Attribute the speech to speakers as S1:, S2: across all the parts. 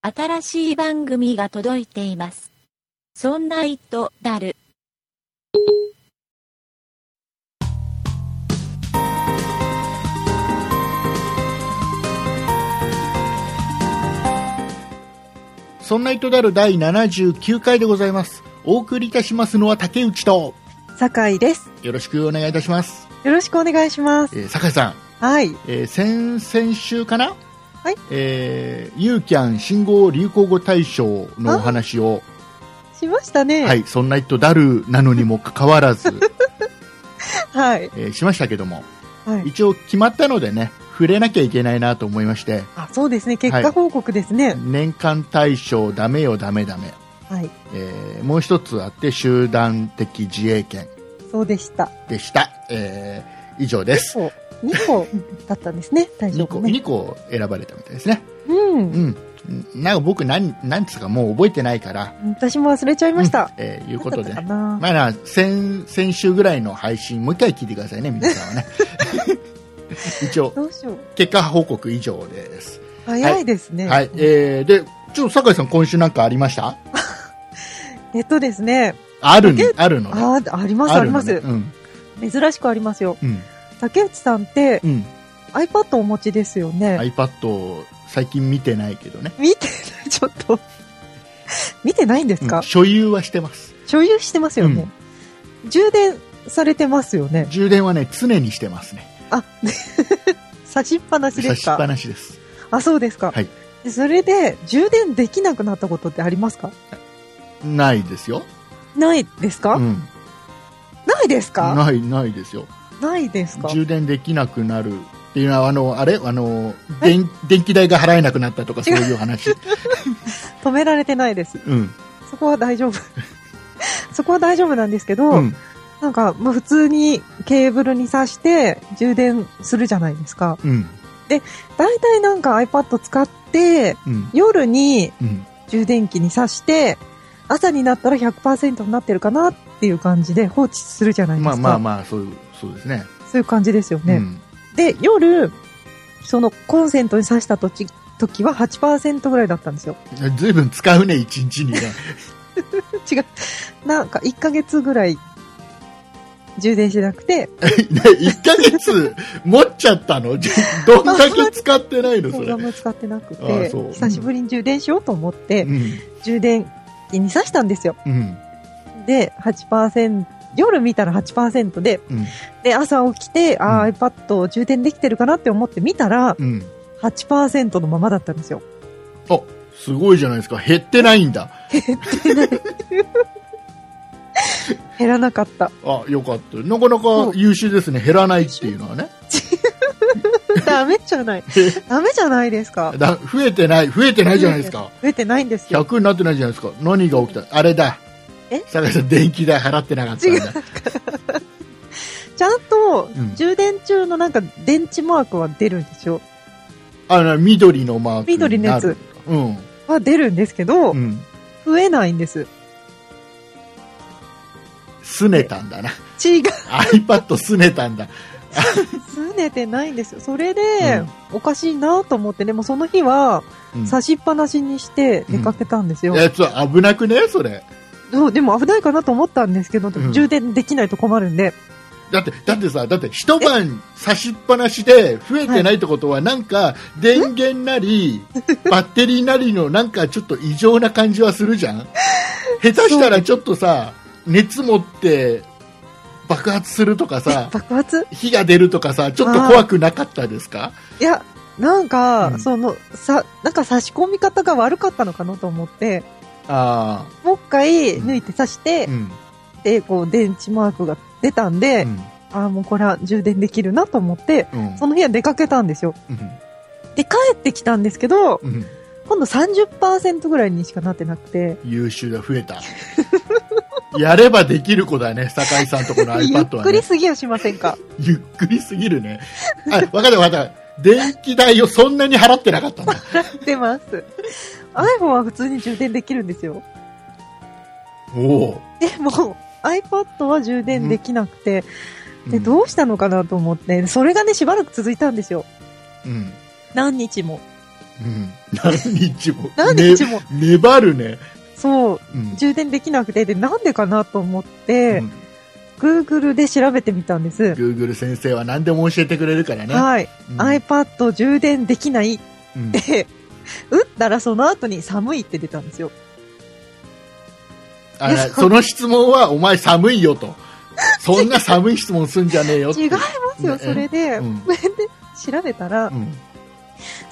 S1: 新しい番組が届いています。そんな糸だる。
S2: そんな糸である第79回でございます。お送りいたしますのは竹内と、
S3: 酒井です。
S2: よろしくお願いいたします。
S3: よろしくお願いします。
S2: えー、酒井さん、
S3: はい。
S2: えー先々週かな
S3: はい。
S2: えー、ユーキャン新語・流行語大賞のお話を、
S3: しましたね。
S2: は。い、そんな糸だるなのにもかかわ らず、
S3: はい。
S2: えーしましたけども、
S3: はい。
S2: 一応決まったのでね、触れなきゃいけないなと思いまして、
S3: あ、そうですね。結果報告ですね。
S2: 年間大賞ダメよダメダメ、
S3: はい。
S2: えーもう一つあって集団的自衛権
S3: そうでした。
S2: でした。えー以上です。
S3: そう。2個だったんです ね。大
S2: 2
S3: 丈夫
S2: 個、
S3: ね。
S2: 2個選ばれたみたいですね。
S3: う。
S2: うんん。なんか僕、なん、なんつうかもう覚えてないから、
S3: 私も忘れちゃいました。
S2: えーいうことで
S3: 何だっ。たかな
S2: まあな、先、先週ぐらいの配信、もう一回聞いてくださいね、皆さんはね。 一応、
S3: どうしよう。
S2: 結果報告以上です。
S3: 早いですね。
S2: はい。えー、で、ちょっと酒井さん、今週なんかありました
S3: えっとですね。
S2: ある
S3: ポケ
S2: ね、あるのね。
S3: あー、あります、あ
S2: ある
S3: り
S2: の
S3: ま
S2: ね
S3: す
S2: う。ん。
S3: 珍しくありますよ。
S2: うん。
S3: 竹内さんって
S2: うん。
S3: iPad お持ちですよね。
S2: iPad、最近見てないけどね。
S3: 見てない、ちょっと。見てないんです
S2: うん
S3: か
S2: 所有はしてます。
S3: 所有してますよね、充電されてますよね
S2: 充電はね、常にしてますね。
S3: あ差しっぱなしで
S2: 差
S3: す
S2: しっぱ
S3: か
S2: なしです。
S3: あそうですか、
S2: はい
S3: でそれで充電できなくなったことってありますか
S2: ないですよ。
S3: ないですか、
S2: うん。
S3: ないですかな
S2: ない、ないですよ。
S3: いですか
S2: 充電できなくなるっていうのは、あの、あれあの、電電気代が払えなくなったとかそういう 話。
S3: 止められてないです
S2: うん。
S3: そこは大丈夫 そこは大丈夫なんですけど、
S2: うん。
S3: なんか、まあ、普通にケーブルに挿して充電するじゃないですか。
S2: うん。
S3: 大体なんか iPad 使って、
S2: うん。
S3: 夜に
S2: うん。
S3: 充電器に挿して、朝になったら100%になってるかなっていう感じで放置するじゃないです
S2: ま
S3: か。
S2: あまあまあ、そういう、そうですね。
S3: そういう感じですよね。
S2: うん。
S3: で、夜、そのコンセントに挿した時時は8%ぐらいだったんですよ。
S2: ずいぶん使うね、一日 にね。
S3: 違う。なんか1ヶ月ぐらい充電してなくて、
S2: 1ヶ月持っちゃった のどんだけ使ってないのそ
S3: そう
S2: れ
S3: あん。ま使ってなく
S2: ああ
S3: て、
S2: そう
S3: 久しぶりに充電しようと思って、
S2: うん。
S3: 充電器に挿したんですよ。
S2: うん。
S3: で、8%、夜見たら8%で、
S2: うん。
S3: で、朝起きて、ああ、
S2: う
S3: iPad を充電できてるかなって思って見たら、
S2: うん。
S3: 8%のままだったんですよ。
S2: あ、すごいじゃないですか。減ってないんだ。
S3: 減らなかった。
S2: あ、よかった。なかなか優秀ですね。減らないっていうのは ね。
S3: ダメじゃない。 ダメじゃないですか。
S2: だ増えてない、増えてないじゃないですか。
S3: 増えてないんですよ。
S2: 100になってないじゃないですか何が起きたあれだ
S3: え
S2: 坂井さん電気代払ってなかったんだ
S3: ちゃんと
S2: ん、
S3: 充電中のなんか電池マークは出るんですよ。
S2: あの緑のマークになる
S3: 緑のやつ
S2: うん、
S3: は出るんですけど
S2: う、ん、
S3: 増えないんです。
S2: 拗ねたんだな
S3: 違う。
S2: iPad 拗ねたんだ
S3: すねてないんですよ。それで、おかしいなと思って、でもその日は、
S2: うん
S3: 差しっぱなしにして出かけたんですよ。
S2: やつは危なくねそれ
S3: そうでも危ないかなと思ったんですけど、でも
S2: うん
S3: 充電できないと困るんで、
S2: だってだってさだって一晩差しっぱなしで増えてないってことはなんか電源なりバッテリーなりのなんかちょっと異常な感じはするじゃん下手したらちょっとさ熱持って爆発するとかさ
S3: 爆発
S2: 火が出るとかさ、ちょっと怖くなかったですか
S3: いや、なんか、
S2: うん
S3: その、さ、なんか差し込み方が悪かったのかなと思って、
S2: あ
S3: もう一回抜いて差して、
S2: あ、うん。
S3: で、こう、電池マークが出たんで、
S2: うん
S3: ああ、もうこれは充電できるなと思って、
S2: うん
S3: その日は出かけたんですよ。
S2: うん
S3: で、帰ってきたんですけど、
S2: うん
S3: 今度30%ぐらいにしかなってなくて、
S2: 優秀だ、増えた。やればできる子だね、酒井さんとこの
S3: ゆっ
S2: iPad は
S3: くり
S2: ね。
S3: すぎやしませ んか
S2: ゆっくりすぎるね。あ、わかったわかった。電気代をそんなに払ってなかったんだ。
S3: 出ます。iPhone は普通に充電できるんですよ。
S2: おお。
S3: でも、iPad は充電できなくて、で、
S2: う
S3: どうしたのかなと思って、それがね、しばらく続いたんですよ。
S2: ん、うん
S3: 何日も。
S2: うん、何日も
S3: 何日も、
S2: ね粘るね、
S3: そう、
S2: うん
S3: 充電できなくて、で、なんでかなと思っ
S2: う
S3: て、
S2: ん、
S3: Google で調べてみたんです。
S2: Google 先生は何でも教えてくれるからね、
S3: はい、
S2: うん
S3: iPad を充電できないっ
S2: うん
S3: て、打ったらその後に寒いって出たんですよ。
S2: あらその質問はお前寒いよとそんな寒い質問すんじゃねえよって
S3: 違いますよ、
S2: ね
S3: それで。
S2: うん
S3: それ で調べたら、
S2: うん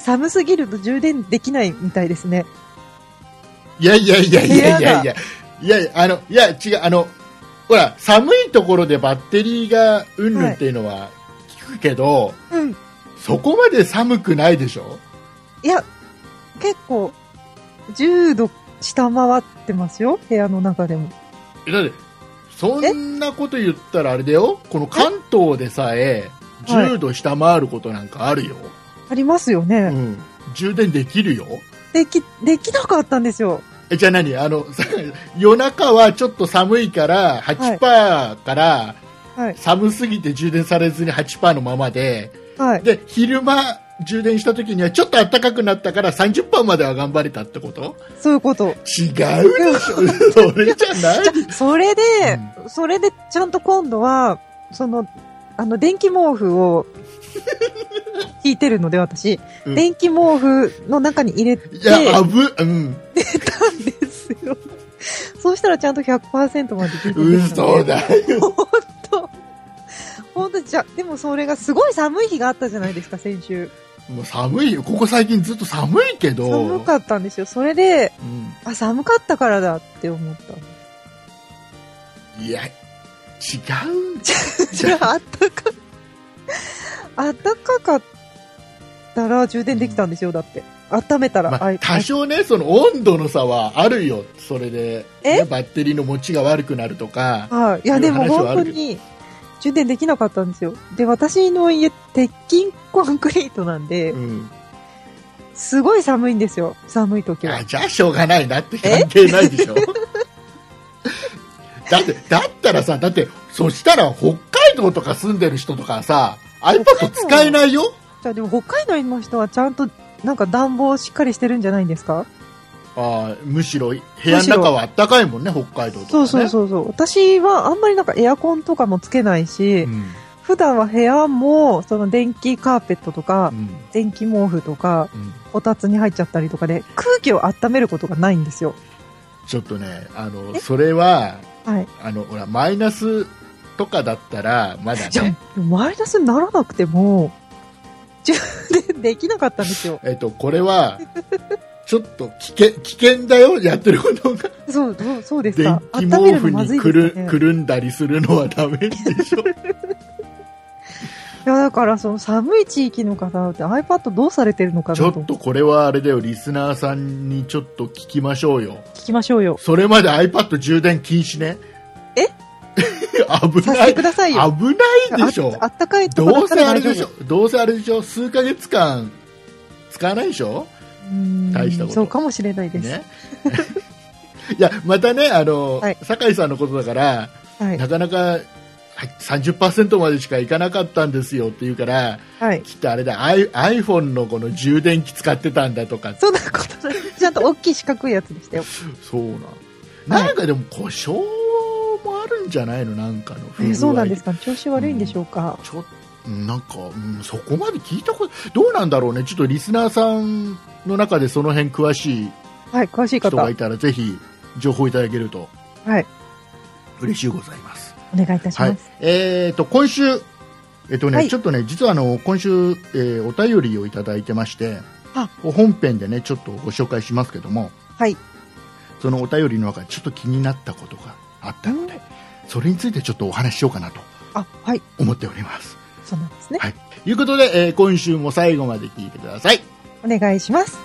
S3: 寒すぎると充電できないみたいですね。
S2: いやいやいやいやいやいやいやいやあのいや違うあのほら寒いところでバッテリーがうんぬんっていうのは聞くけど、
S3: うん。
S2: そこまで寒くないでしょ
S3: いや、結構、10度下回ってますよ、部屋の中でも。
S2: えだってそんなこと言ったらあれだよこの関東でさえ
S3: えはい
S2: 10度下回ることなんかあるよ、
S3: ありますよね。
S2: うん、充電できるよ
S3: でき、できなかったんですよ。
S2: えじゃあ何あの さ夜中はちょっと寒いから8%から
S3: はい。
S2: 寒すぎて充電されずに8%のままで
S3: はい。
S2: で昼間充電した時にはちょっと暖かくなったから30%までは頑張れたってこと
S3: そういうこと。
S2: 違うでしょ それじゃない
S3: じゃ、 それで、それで、ちゃんと今度は、その、あの、電気毛 布を、引いてるので、私。
S2: うん
S3: 電気毛布の中に入れて、
S2: いやあぶうん
S3: たんです よ。そうしたらちゃんと100%まで出てきた
S2: 嘘だ
S3: 本当本当じゃ、でもそれがすごい寒い日があったじゃないですか、先週。
S2: もう寒いよ、ここ最近ずっと寒いけど、
S3: 寒かったんですよ。それで、
S2: う
S3: あ、寒かったからだって思った。
S2: ん、いや、違う、
S3: じゃあ、あったか、あったかかったら充電できたんですよ、だって。温めたら、
S2: ま
S3: あ
S2: あ、
S3: い
S2: 多少ね、その温度の差はあるよ、それで、
S3: え
S2: ねバッテリーの持ちが悪くなるとか、
S3: はい。いや、でも
S2: いう話はあ
S3: 本当
S2: るけど
S3: に、充電できなかったんですよ。で、私の家、鉄筋コンクリートなんで、
S2: うん、
S3: すごい寒いんですよ。寒い時は
S2: あ。じゃあしょうがないなって関係ないでしょ。 だって、だったらさ、だって、そしたら北海道とか住んでる人とかさ、iPad 使えないよ。
S3: じゃあでも北海道の人はちゃんとなんか暖房しっかりしてるんじゃないんですか
S2: あーむしろ部屋の中は暖かいもんね、北海道とか、ね。
S3: そうそうそうそう。私はあんまりなんかエアコンとかもつけないし、
S2: うん
S3: 普段は部屋もその電気カーペットとか
S2: う、ん
S3: 電気毛布とか、
S2: うん
S3: こたつに入っちゃったりとかで空気を温めることがないんですよ。
S2: ちょっとね、あの
S3: え
S2: それは
S3: はい。
S2: あのほらマイナスとかだったらまだ
S3: じゃ
S2: ね、
S3: あマイナスにならなくても、充電できなかったんですよ。
S2: えっとこれはちょっと危険危険だよ、やってることが
S3: そう、そうそうです
S2: 電
S3: か。
S2: 気
S3: 温め
S2: 毛
S3: るの
S2: 布
S3: まず
S2: に
S3: いで
S2: くる,、
S3: すかね。
S2: くるんだりするのはダメでし ょ
S3: いや、だからその寒い地域の方って iPad どうされてるのかな
S2: ち
S3: と
S2: ょ
S3: 思
S2: っとこれはあれだよリスナーさんにちょっと聞きましょうよ
S3: 聞きましょうよ。
S2: それまで iPad 充電禁止ね
S3: え
S2: 危
S3: さ
S2: な
S3: せ
S2: い危
S3: てくださいよ。
S2: ないでしょ
S3: ああったかいとこ
S2: ど
S3: だ
S2: う
S3: った
S2: せ
S3: ら
S2: あれ
S3: 大丈夫
S2: でしょどうせあれでしょ数ヶ月間使わないでしょ
S3: うーん
S2: 大したこと
S3: そうかもしれないです。
S2: ね。 いや、またね、あの、
S3: はい
S2: 酒井さんのことだから、
S3: はい。
S2: なかなかは30%までしかいかなかったんですよって言うから、
S3: はい。
S2: きっとあれだ、アイ iPhone のこの充電器使ってたんだとか、
S3: そんなことない。ちゃんと大きい四角いやつで したよ。
S2: そうなん。なんかでも故障もあるんじゃないのなんかの不具合。
S3: えそうなんですか調子悪いんでしょうか、
S2: ちょっとなんか、うんそこまで聞いたことどうなんだろうね、ちょっとリスナーさんの中でその辺詳しい
S3: はい、詳しい
S2: 人
S3: 方。
S2: が
S3: はい
S2: たら、ぜひ情報いただけると
S3: い。
S2: 嬉しいございます。
S3: お願いいたし
S2: は
S3: ま
S2: い
S3: す。、
S2: えっ、と今週えっ、とね、
S3: はい
S2: ちょっとね実はあの今週、えーお便りをいただいてまして
S3: あ、
S2: 本編でねちょっとご紹介しますけども、
S3: はい。
S2: そのお便りの中でちょっと気になったことがあったので、それについてちょっとお話ししようかなと
S3: あ、はい。
S2: 思っております。
S3: そうなんですね。
S2: はい、ということで、えー今週も最後まで聞いてください。
S3: お願いします。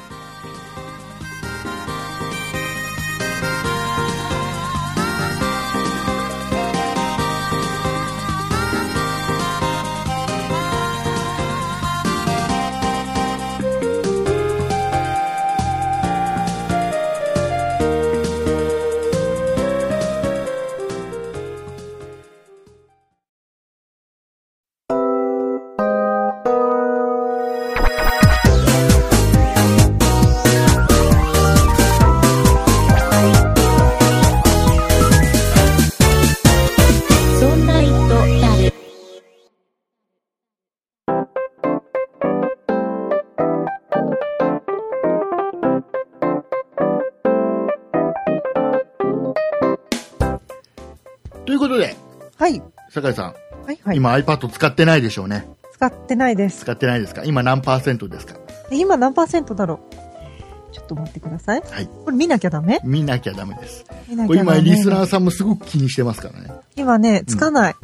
S2: いうことで、
S3: はい。
S2: 酒井さん、
S3: はいはい。
S2: 今 iPad 使ってないでしょうね。
S3: 使ってないです。
S2: 使ってないですか今何パーセントですか
S3: 今何パーセントだろうちょっと待ってください。
S2: はい。
S3: これ見なきゃダメ
S2: 見なきゃダメです。
S3: 見な
S2: こ
S3: き
S2: れ
S3: ゃダ
S2: 今、
S3: メ。
S2: リスナーさんもすごく気にしてますからね。
S3: 今ね、つかない。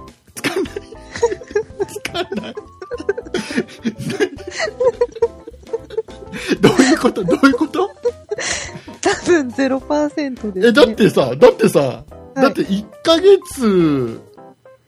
S2: どういうことどういうこと
S3: 多分0%です、ね。
S2: え、だってさ、だってさ、だって1ヶ月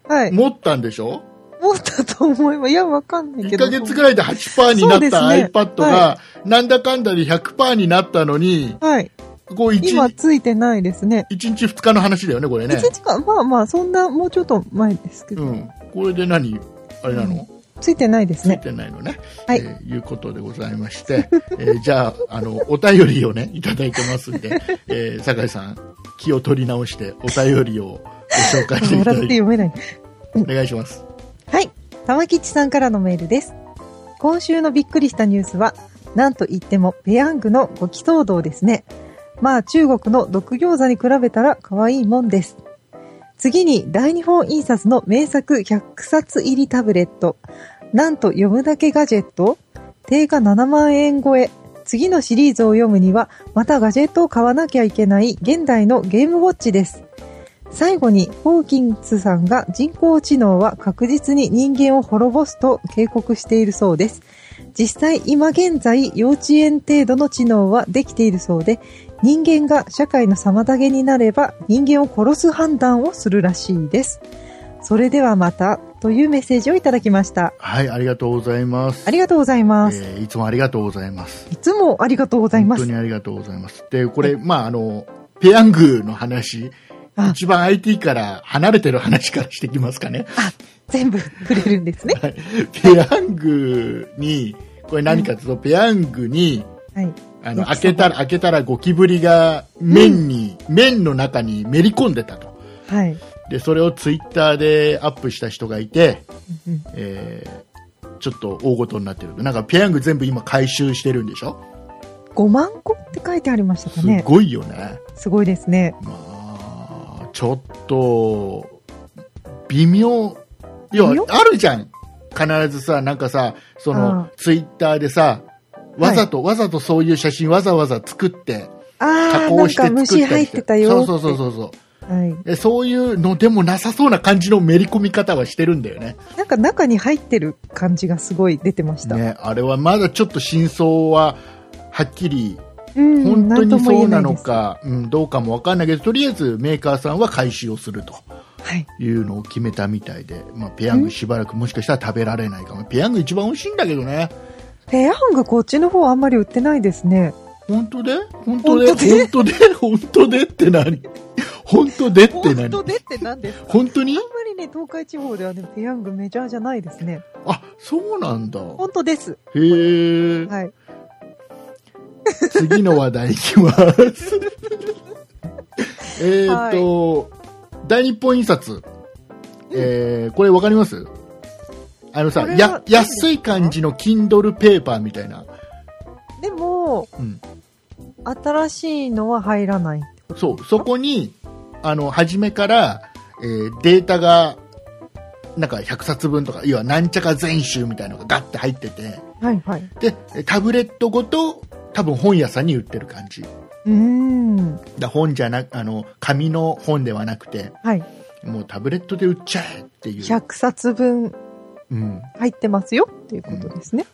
S3: はい。
S2: 持ったんでしょ
S3: 持ったと思えば、いや、わかんないけ
S2: ?1
S3: ど。
S2: ヶ月ぐらいで8%にな
S3: そ
S2: っ
S3: うです
S2: た
S3: ね
S2: iPad が、なんだかんだで100%になったのに、
S3: はい。
S2: こう1
S3: 今
S2: 日、
S3: ついてないですね。
S2: 一日2日の話だよね、これ
S3: 一
S2: ね。
S3: 日間、まあまあ、そんな、もうちょっと前ですけど、
S2: うん。これで何あれなの、
S3: ついてないです
S2: つい
S3: ね。
S2: てないのね。
S3: はい
S2: えーいうことでございまして、 えーじゃあ、あの、お便りをね、いただいてますん で、えー酒井さん、気を取り直して、お便りをご紹介 していた
S3: 笑っ
S2: だ
S3: て
S2: いて、
S3: 読めない。
S2: お願いします。
S3: はい。玉吉さんからのメールです。今週のびっくりしたニュースは、なんといってもペヤングのご祈祷動ですね。まあ中国の毒餃子に比べたら可愛いもんです。次に大日本印刷の名作100冊入りタブレット。なんと読むだけガジェット定価7万円超え。次のシリーズを読むには、またガジェットを買わなきゃいけない現代のゲームウォッチです。最後にホーキンスさんが人工知能は確実に人間を滅ぼすと警告しているそうです実際今現在幼稚園程度の知能はできているそうで人間が社会の妨げになれば人間を殺す判断をするらしいですそれではまたというメッセージをいただきました
S2: はい、ありがとうございます。
S3: ありがとうございます、
S2: えーいつもありがとうございます。
S3: いつもありがとうございま
S2: 本
S3: す
S2: 当にありがとうございます。で、これ、まあ、あの、ペヤングの話、
S3: あ
S2: 一番 IT から離れてる話からしてきますかね。
S3: 全部触れるんですね
S2: ペヤングに、これ何かというと、ペヤングに、
S3: はい
S2: あの、
S3: 焼
S2: 開
S3: きそ
S2: け
S3: ば
S2: たら、開けたらゴキブリが麺に、麺の中にめり込んでたと。
S3: はい、
S2: で、それをツイッターでアップした人がいて、
S3: うんうん
S2: えーちょっと大ごとになってる。なんか、ペヤング全部今回収してるんでしょ
S3: 5万個って書いてありましたか
S2: す
S3: ね
S2: ごいよね。
S3: すごいですね
S2: まあ、ちょっと、微妙。要
S3: 微妙
S2: は、あるじゃん。必ずさ、なんかさ、そ
S3: あ
S2: の
S3: あ、
S2: ツイッターでさ、わざと、わざとそういう写真わざわざ作って、
S3: あ
S2: 加
S3: あ、な
S2: 工
S3: ん
S2: して
S3: か
S2: 作ったり
S3: 虫
S2: して。
S3: 入ってたよって。
S2: そうそうそうそう。
S3: はい。
S2: でそういうのでもなさそうな感じのめり込み方はしてるんだよね。
S3: なんか中に入ってる感じがすごい出てました。
S2: ね、あれはまだちょっと真相は、はっきり、
S3: う
S2: 本
S3: ん、
S2: 当
S3: と
S2: に
S3: も
S2: そ
S3: 言
S2: う
S3: え
S2: ないの
S3: です。
S2: か、うん、どうかもわかんないけど、とりあえずメーカーさんは回収をすると。
S3: はい。
S2: いうのを決めたみたいで、まあ、ペヤングしばらくもしかしたら食べられないかも。ペヤング一番美味しいんだけどね。
S3: ペヤングこっちの方あんまり売ってないですね。
S2: 本当で本当で
S3: 本当で
S2: 本当で本当でって何本当でって何
S3: でって何ですか
S2: 本当に
S3: あんまりね、東海地方ではね、ペヤングメジャーじゃないですね。
S2: あ、そうなんだ。
S3: 本当です。
S2: へえ。
S3: はい。
S2: 次の話題いき ます。えーっと、大日本印刷。えー、これわかりますあのさ
S3: これ、は
S2: や
S3: 何、ですか
S2: 安い感じの Kindle ペーパーみたいな。
S3: でも、
S2: うん
S3: 新しいのは入らない。
S2: そう、そこに、あの、初めから、えーデータが、なんか100冊分とか、要はなんちゃか全集みたいなのがガッて入ってて、
S3: はいはい。
S2: で、えタブレットごと、多分本屋さんに売ってる感じ。
S3: うーん。
S2: だ本じゃなく、あの、紙の本ではなくて、
S3: はい。
S2: もうタブレットで売っちゃえっていう。
S3: 100冊分
S2: うん。
S3: 入ってますよっていうことですね。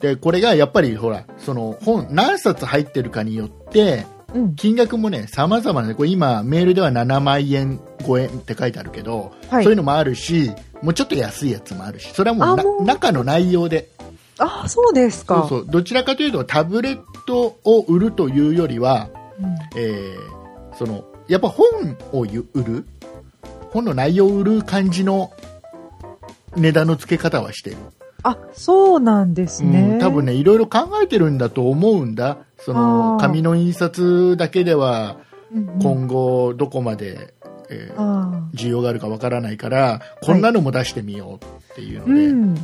S2: で、これがやっぱりほら、その本、何冊入ってるかによって、
S3: うん。
S2: 金額もね、様々なんで、これ今、メールでは7万円超えって書いてあるけど、
S3: はい
S2: そういうのもあるし、もうちょっと安いやつもあるし、それはもうな
S3: あもう
S2: 中の内容で、
S3: ああ、そうです
S2: そ
S3: か。
S2: うそう、どちらかというとタブレットを売るというよりは、
S3: うん
S2: えーその、やっぱ本をゆ売る、本の内容を売る感じの値段の付け方はしてる。
S3: あ、そうなんですね。
S2: うん、多分ね、いろいろ考えてるんだと思うんだ。その
S3: あ、ー
S2: 紙の印刷だけでは、
S3: うんうん、
S2: 今後どこまで、えー
S3: あ
S2: 需要があるかわからないからこんなのも出してみようっていう
S3: ーう
S2: の
S3: ん。
S2: で,、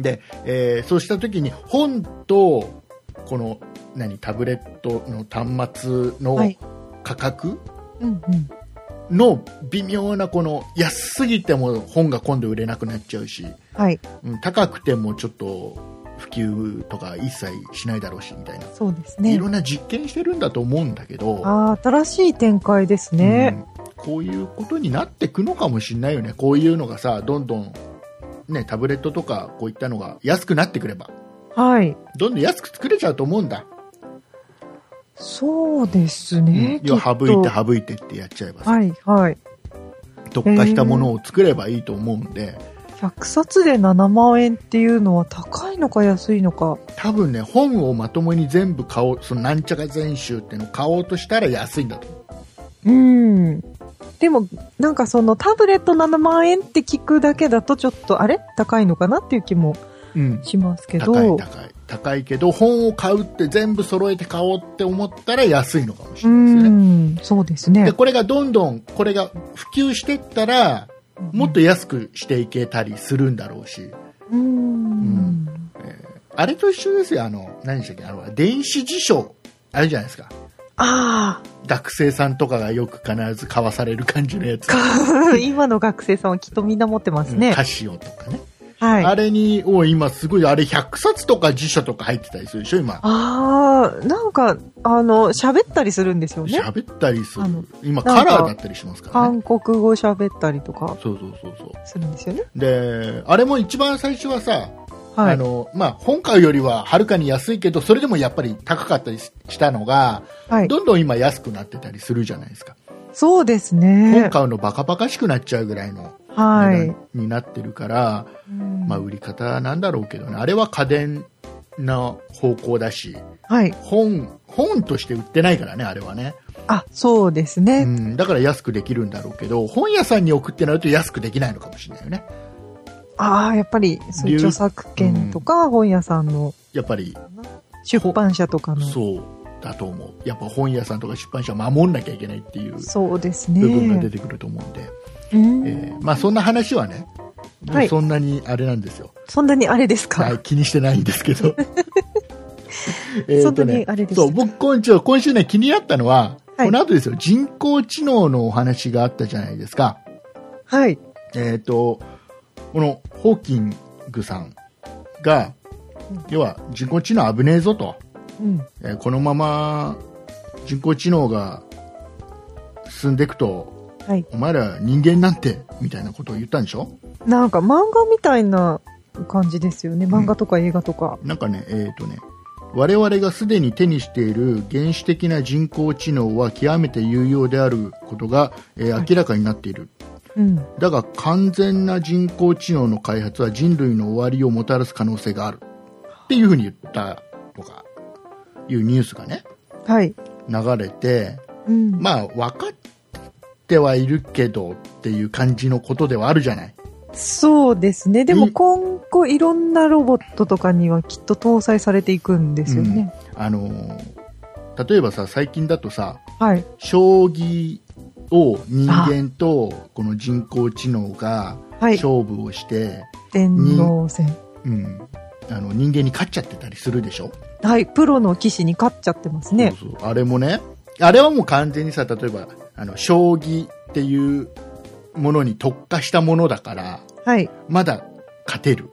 S2: でえーそうした時に本とこの何タブレットの端末の
S3: はい。
S2: 価格
S3: うんうん。
S2: の微妙なこの安すぎても本が今度売れなくなっちゃうし、
S3: はい。
S2: うん、高くてもちょっと普及とか一切しないだろうしみたいな、
S3: そうです
S2: い
S3: ね
S2: ろ。んな実験してるんだと思うんだけど、
S3: ああ、新しい展開ですね。
S2: うんこういうことになってくのかもしれないよねこういうのがさどんどん、ね、タブレットとかこういったのが安くなってくれば
S3: はい。
S2: どんどん安く作れちゃうと思うんだ、
S3: そうですね。
S2: 要
S3: きっ
S2: は
S3: と
S2: 省いて省いてってやっちゃえばさ、
S3: はい、はい。
S2: 特化したものを作ればいいと思うんで
S3: 100冊で7万円っていうのは高いのか安いのか。
S2: 多分ね本をまともに全部買おうそのなんちゃか全集っていうのを買おうとしたら安いんだと思う
S3: うん。でも、なんかそのタブレット7万円って聞くだけだとちょっと、あれ高いのかなっていう気も
S2: うん
S3: しますけど。
S2: 高い高い高いけど本を買うって全部揃えて買おうって思ったら安いのかもし
S3: う
S2: れないですね
S3: ん、そうですね
S2: で。これがどんどんこれが普及してったらもっと安くしていけたりするんだろうし
S3: うん、
S2: あれと一緒ですよあの何でしたっけあの電子辞書あれじゃないですか
S3: あ
S2: 学生さんとかがよく必ず買わされる感じのやつ、
S3: あ、今の学生さんはきっとみんな持ってますね。
S2: カシオとかね、
S3: はい。
S2: あれにお今すごいあれ100冊とか辞書とか入ってたりするでしょ今
S3: ああ、なんか、あの、喋ったりするんですよね。
S2: 喋ったりする
S3: あの
S2: 今
S3: な
S2: カ
S3: んか
S2: ラーだったりしますからね
S3: 韓国語喋ったりとか
S2: そうそうそうそう
S3: するんですよね。
S2: であれも一番最初はさ
S3: は
S2: あ
S3: い。
S2: のまあ、本買うよりははるかに安いけどそれでもやっぱり高かったりししたのが、
S3: はい。
S2: どんどん今安くなってたりするじゃないですか、
S3: そうです
S2: 本
S3: ね。
S2: 買うのバカバカしくなっちゃうぐらいの
S3: は
S2: 値
S3: い
S2: 段。になってるから、
S3: うん
S2: まあ、売り方なんだろうけどねあれは家電な方向だし
S3: はい。
S2: 本本として売ってないからねあれはね、
S3: あ、そうです
S2: う
S3: ね。
S2: ん、だから安くできるんだろうけど本屋さんに送ってなると安くできないのかもしれないよね
S3: ああ、やっぱり、そういう
S2: 流
S3: 著作権とか、本屋さんの
S2: やっぱり
S3: 出版社とかの。
S2: そうだと思うやっぱ本屋さんとか出版社は守んなきゃいけないっていう
S3: そうです
S2: 部分が
S3: ね
S2: 出。てくると思うんで、
S3: うん
S2: えーまあ、そんな話はね、
S3: はい
S2: そんなにあれなんですよ、
S3: そんなにあれです
S2: は
S3: か
S2: い、気にしてないんですけ どえーと
S3: そんなにあれですか
S2: そう僕今週今週ね気になったのは、
S3: はい
S2: この後ですよ人工知能のお話があったじゃないですか
S3: はい。
S2: えっ、とこのホーキングさんが
S3: うん
S2: 要は人工知能危ねえぞと、
S3: うん。
S2: えーこのまま人工知能が進んでいくと
S3: はい。
S2: お前ら人間なんてみたいなことを言ったんでしょ
S3: なんか漫画みたいな感じですよね。漫画とか映画とか。
S2: なんかね、えっ、とね、我々がすでに手にしている原始的な人工知能は極めて有用であることが、えー
S3: はい
S2: 明らかになっている。
S3: うん。
S2: だが完全な人工知能の開発は人類の終わりをもたらす可能性がある。っていうふうに言ったとか、いうニュースがね、
S3: はい。
S2: 流れて、
S3: うん。
S2: まあ分かってはいるけどっていう感じのことではあるじゃない。
S3: そうですね。で
S2: う
S3: も
S2: ん
S3: 今後いろんなロボットとかにはきっと搭載されていくんですよね。
S2: あのー例えばさ、最近だとさ、
S3: はい。
S2: 将棋を人間とこの人工知能が
S3: はい。
S2: 勝負をして、
S3: 電脳戦。
S2: うん、あの人間に勝っちゃってたりするでしょ、
S3: はい。プロの棋士に勝っちゃってますね。
S2: そうそうあれもねあれはもう完全にさ例えばあの将棋っていうものに特化したものだから
S3: はい。
S2: まだ勝てる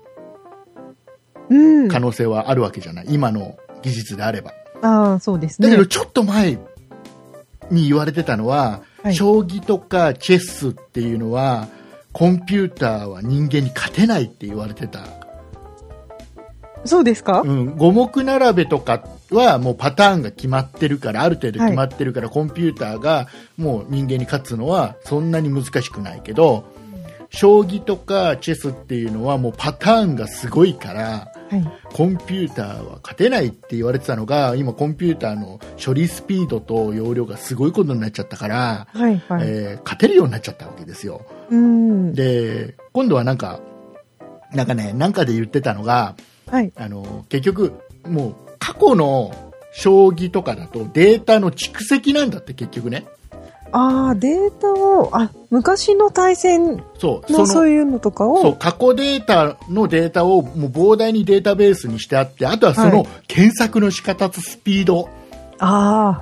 S3: うん。
S2: 可
S3: あ
S2: 能性はあるわけじゃない、今の技術であれば
S3: あー、そうです
S2: だ
S3: ね
S2: け。どちょっと前に言われてたのは、
S3: はい
S2: 将棋とかチェスっていうのはコンピューターは人間に勝てないって言われてた、
S3: そうですか
S2: うん、五目並べとかはもうパターンが決まってるからある程度決まってるから、コンピューターがもう人間に勝つのはそんなに難しくないけど将棋とかチェスっていうのはもうパターンがすごいから
S3: はい。
S2: コンピューターは勝てないって言われてたのが今コンピューターの処理スピードと容量がすごいことになっちゃったから、
S3: はい。はい。
S2: えー勝てるようになっちゃったわけですよ
S3: うん。
S2: で今度はなんかなんかねなんかで言ってたのが
S3: はい。
S2: あの結局もう過去の将棋とかだとデータの蓄積なんだって結局ね
S3: ああ、データを、あ、昔の対戦
S2: そう
S3: の
S2: そ
S3: そう
S2: の
S3: いうのとか
S2: そう
S3: を、
S2: 過去データのデータをもう膨大にデータベースにしてあってあとはそ
S3: は
S2: の
S3: い
S2: 検索の仕方とスピード、
S3: ああ、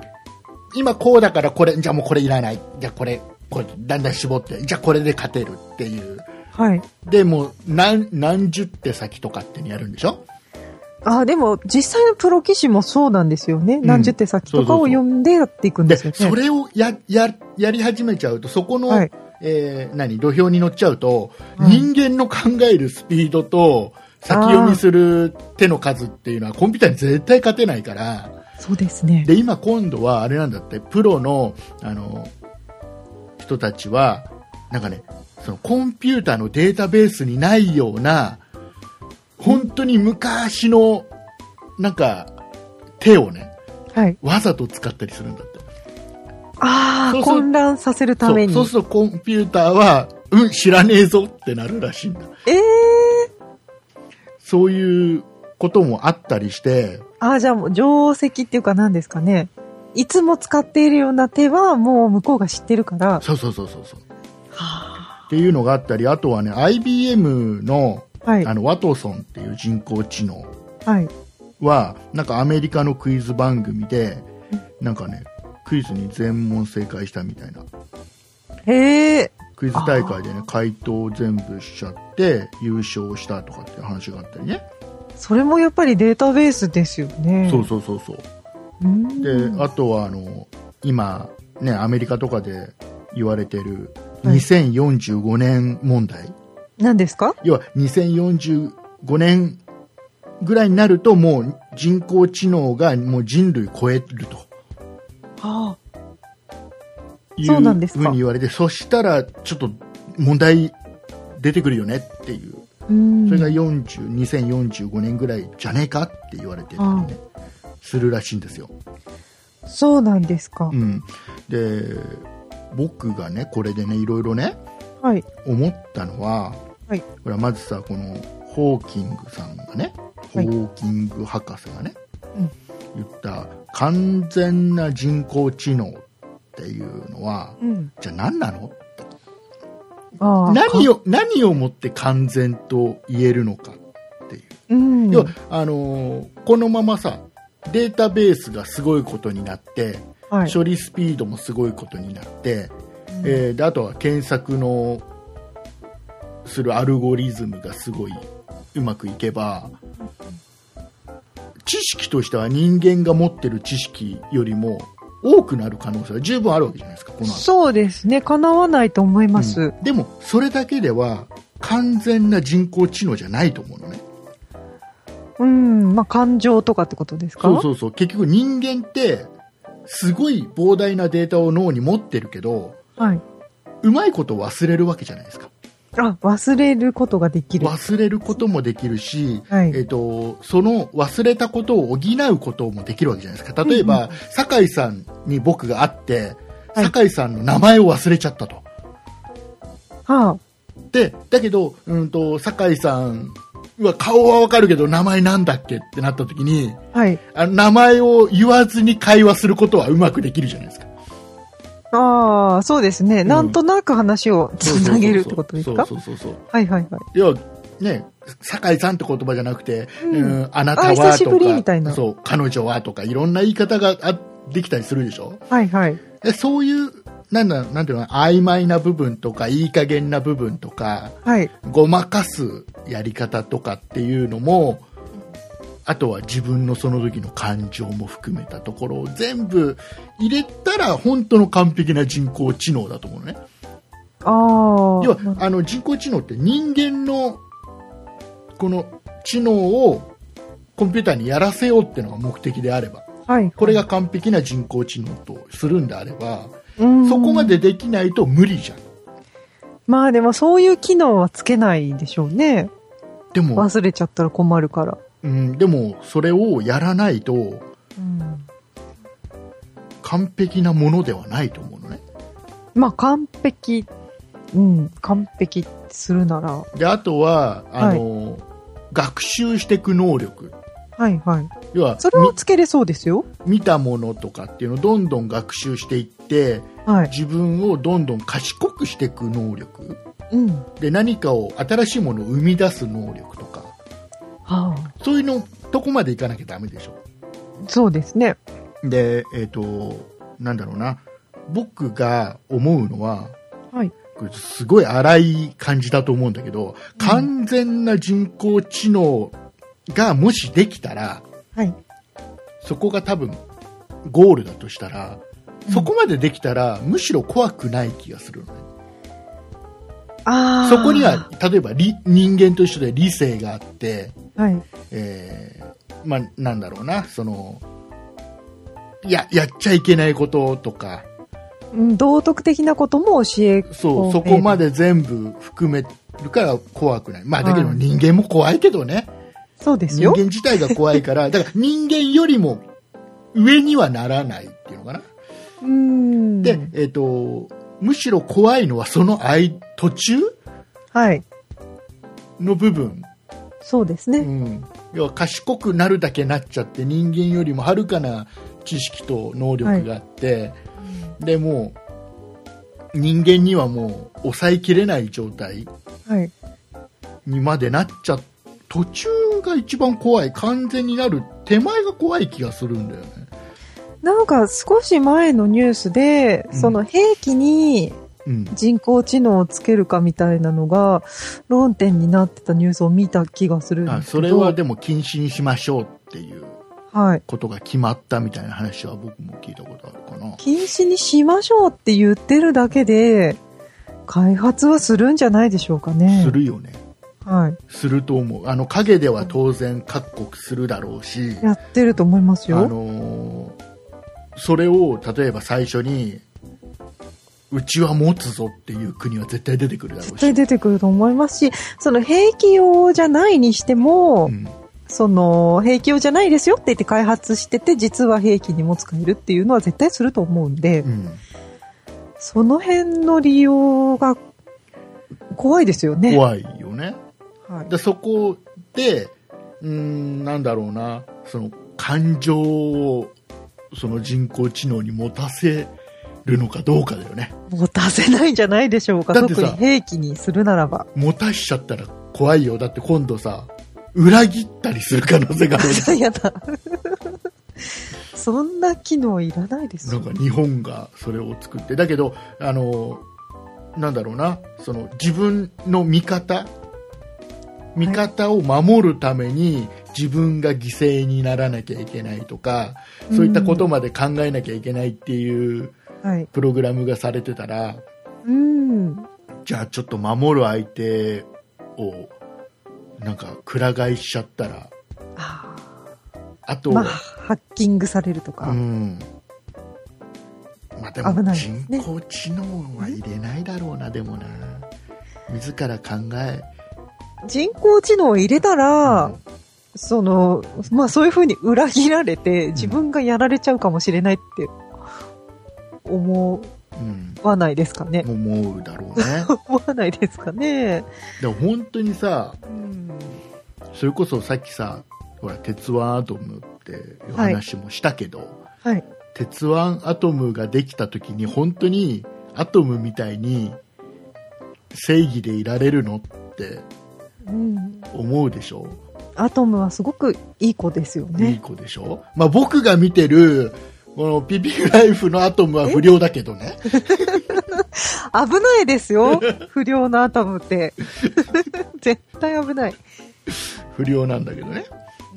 S2: 今こうだからこれじゃあもうこれいらないじゃあこれこうだんだん絞ってじゃあこれで勝てるっていう
S3: はい。
S2: でもう何何十手先とかってやるんでしょ
S3: あ、でも、実際のプロ棋士もそうなんですよね。何十手先とかを読んでやっていくん
S2: で
S3: ですよ
S2: そ
S3: ね。
S2: れをやややり始めちゃうとそこの、
S3: はい
S2: えー何土俵に乗っちゃうと、
S3: うん
S2: 人間の考えるスピードと先読みする手の数っていうのはコンピューターに絶対勝てないから。
S3: そうですね。
S2: で今今度はあれなんだってプロのあの人たちはなんかねそのコンピューターのデータベースにないような本当に昔のなんか手をね
S3: はい。
S2: わざと使ったりするんだって
S3: あ
S2: そ
S3: あ、
S2: うそう
S3: 混乱させるた
S2: そ
S3: め
S2: う
S3: に。
S2: そうするとコンピューターはうん知らねえぞってなるらしいんだ
S3: ええ
S2: そういうこともあったりして
S3: ああ、じゃあもう定石っていうか何ですかね。いつも使っているような手はもう向こうが知ってるから。
S2: そうそうそうそうそう
S3: は
S2: っていうのがあったりあとはね IBM の
S3: い。
S2: あのワトソンっていう人工知能
S3: はい。
S2: はなんかアメリカのクイズ番組で
S3: うん
S2: なんかねクイズに全問正解したみたいな
S3: へえ。
S2: クイズ大会でね回答を全部しちゃって優勝したとかっていう話があったりね、
S3: それもやっぱりデータベースですよね。
S2: そうそうそうそう
S3: うん。
S2: であとはあの今ねアメリカとかで言われてる
S3: はい
S2: 2045年問題、
S3: 何ですか
S2: 要は2045年ぐらいになるともう人工知能がもう人類超えると
S3: はあ。
S2: いう
S3: そうなんですか
S2: ふうに言われて、そしたらちょっと問題出てくるよねっていう、
S3: うん。
S2: それが40 2045年ぐらいじゃねえかって言われてたりね、するらしいんですよ。
S3: そうなんですか
S2: う。ん、で、僕がね、これでね、いろいろね、
S3: はい。
S2: 思ったのは、
S3: はい
S2: ほらまずさ、このホーキングさんがね、ホ
S3: はい
S2: ーキング博士がね、
S3: うん
S2: 言った完全な人工知能っていうのは、
S3: うん。
S2: じゃあ何なの
S3: ああ。
S2: 何
S3: を
S2: を何をもって完全と言えるのかっていう、
S3: うん。
S2: 要はあのーこのままさデータベースがすごいことになって、
S3: はい。
S2: 処理スピードもすごいことになって、えーであとは検索のするアルゴリズムがすごいうまくいけば知識としては人間が持ってる知識よりも多くなる可能性は十分あるわけじゃないですかこの後
S3: そうですね。叶わないと思います。
S2: うんでもそれだけでは完全な人工知能じゃないと思うのね
S3: うん、まあ感情とかってことですか
S2: そうそうそう結局人間ってすごい膨大なデータを脳に持ってるけど
S3: はい。
S2: うまいこと忘れるわけじゃないですか
S3: あ、忘れることができる。
S2: 忘れることもできるし、
S3: はい
S2: えっとその忘れたことを補うこともできるわけじゃないですか例えば、酒井さんに僕が会って
S3: はい
S2: 酒井さんの名前を忘れちゃったと、
S3: は
S2: でだけど、うん、と酒井さんは顔はわかるけど名前なんだっけってなった時に
S3: あ、はい。
S2: あの名前を言わずに会話することはうまくできるじゃないですか。
S3: ああ、そうですね。
S2: ん
S3: なんとなく話をつなげるってことですか
S2: そうそうそうそう。
S3: はいはいはい。
S2: 要は、ね、酒井さんって言葉じゃなくて、
S3: うん
S2: うんあなた
S3: あ
S2: は
S3: 久しぶりみ
S2: と
S3: たい
S2: か、
S3: な
S2: そう、彼女はとか、いろんな言い方があできたりするでしょ
S3: はいはい。
S2: でそういう、なんだ、なんていうの、曖昧な部分とか、いい加減な部分とか、
S3: はい。
S2: ごまかすやり方とかっていうのもあとは自分のその時の感情も含めたところを全部入れたら本当の完璧な人工知能だと思うのね
S3: ああ。
S2: 要はあの人工知能って人間のこの知能をコンピューターにやらせようっていうのが目的であれば
S3: はい。
S2: これが完璧な人工知能とするんであれば
S3: うん、
S2: そこまでできないと無理じゃん
S3: まあでもそういう機能はつけないでしょうね。
S2: でも、
S3: 忘れちゃったら困るから。
S2: うん、でもそれをやらないと
S3: うん、
S2: 完璧なものではないと思うのね
S3: まあ完璧、うん、完璧するなら。
S2: であとはあの、学習していく能力
S3: はいはい。
S2: 要は
S3: それをつけれそうですよ。
S2: み見たものとかっていうのをどんどん学習していって
S3: はい。
S2: 自分をどんどん賢くしていく能力
S3: うん。は
S2: で何かを新しいものを生み出す能力とか
S3: あ、
S2: そういうのとこまでいかなきゃダメでしょ
S3: そうですね。
S2: でえっ、となんだろうな僕が思うのは、
S3: はい
S2: これすごい荒い感じだと思うんだけど、完全な人工知能がもしできたら、
S3: はい。
S2: そこが多分ゴールだとしたら、そこまでできたら、むしろ怖くない気がするのね。
S3: ああ。
S2: そこには、例えば理人間と一緒で理性があって、
S3: はい。
S2: えーまあ、なんだろうな、その、いや、やっちゃいけないこととか、
S3: うん道徳的なことも教え
S2: そう、
S3: う
S2: そこま
S3: で。
S2: で全部含めるから怖くない。まあ、だけど
S3: はい
S2: 人間も怖いけどね。
S3: そうです
S2: 人
S3: よ。
S2: 間自体が怖いから、 だから人間よりも上にはならないっていうのかな。
S3: うーん。
S2: で、えっ、と、むしろ怖いのはその間、途中
S3: はい。
S2: の部分。
S3: そうですね。
S2: うん。要は賢くなるだけなっちゃって、人間よりもはるかな知識と能力があって、で、もう、人間にはもう抑えきれない状態
S3: はい。
S2: にまでなっちゃ途中が一番怖い完全になる手前が怖い気がするんだよね
S3: なんか少し前のニュースで、
S2: うん
S3: その兵器に
S2: うん
S3: 人工知能をつけるかみたいなのが論点になってたニュースを見た気がするん
S2: あ
S3: ですけ
S2: そ
S3: ど。
S2: れはでも禁止にしましょうっていう
S3: はい。
S2: ことが決まったみたいな話は僕も聞いたことあるかな
S3: 禁止にしましょうって言ってるだけで、開発はするんじゃないでしょうかね。
S2: す。るよね
S3: はい。
S2: すると思うあの影では当然各国するだろうし
S3: やってると思います
S2: あ
S3: よ。
S2: のーそれを例えば最初にうちは持つぞっていう国は絶対出てくるだろう
S3: 絶
S2: し
S3: 対、出てくると思いますし、その兵器用じゃないにしても、
S2: うん、
S3: その兵器用じゃないですよって言って開発してて、実は兵器にも使えるっていうのは絶対すると思うんで、
S2: うん
S3: その辺の利用が怖いですよね。
S2: 怖いよね
S3: はい。
S2: でそこでうーんなんだろうなその感情をその人工知能に持たせるのかどうかだよね
S3: もう出せないんじゃないでしょうか。
S2: だって
S3: 特
S2: さ
S3: に兵器にするならば。
S2: 持たしちゃったら怖いよだって今度さ裏切ったりする可能性がある
S3: やだ。そんな機能いらないです
S2: な
S3: よ
S2: ん。か日本がそれを作ってだけどあのなんだろうなその自分の味方味方を守るために自分が犠牲にならなきゃいけないとか、そういったことまで考えなきゃいけないっていう
S3: はい。
S2: プログラムがされてたら
S3: うん。
S2: じゃあちょっと守る相手をなんかくら替えしちゃったら
S3: あ
S2: あと、
S3: ーまあ、ハッキングされるとか。
S2: うんまあ、で
S3: 危
S2: も
S3: ないです
S2: 人
S3: ね
S2: 工知能は入れないだろうな、でもな自ら考え
S3: 人工知能を入れたら、
S2: うん
S3: その、まあそういうふうに裏切られて、自分がやられちゃうかもしれないって思
S2: うん、
S3: わないですかね。
S2: 思うだろう ね
S3: 思わないですかね。
S2: でも本当にさ
S3: うん。
S2: それこそさっきさほら鉄腕アトムっていう話もしたけど、
S3: はい。
S2: 鉄腕アトムができた時に本当にアトムみたいに正義でいられるのって
S3: うん。
S2: 思うでしょ、
S3: アトムはすごくいい子ですよ
S2: いい
S3: ね。
S2: 子でしょ、まあ、僕が見てるこのピピライフのアトムは不良だけどね
S3: 危ないで すよ。不良のアトムって。絶対危ない。
S2: 不良なんだけどね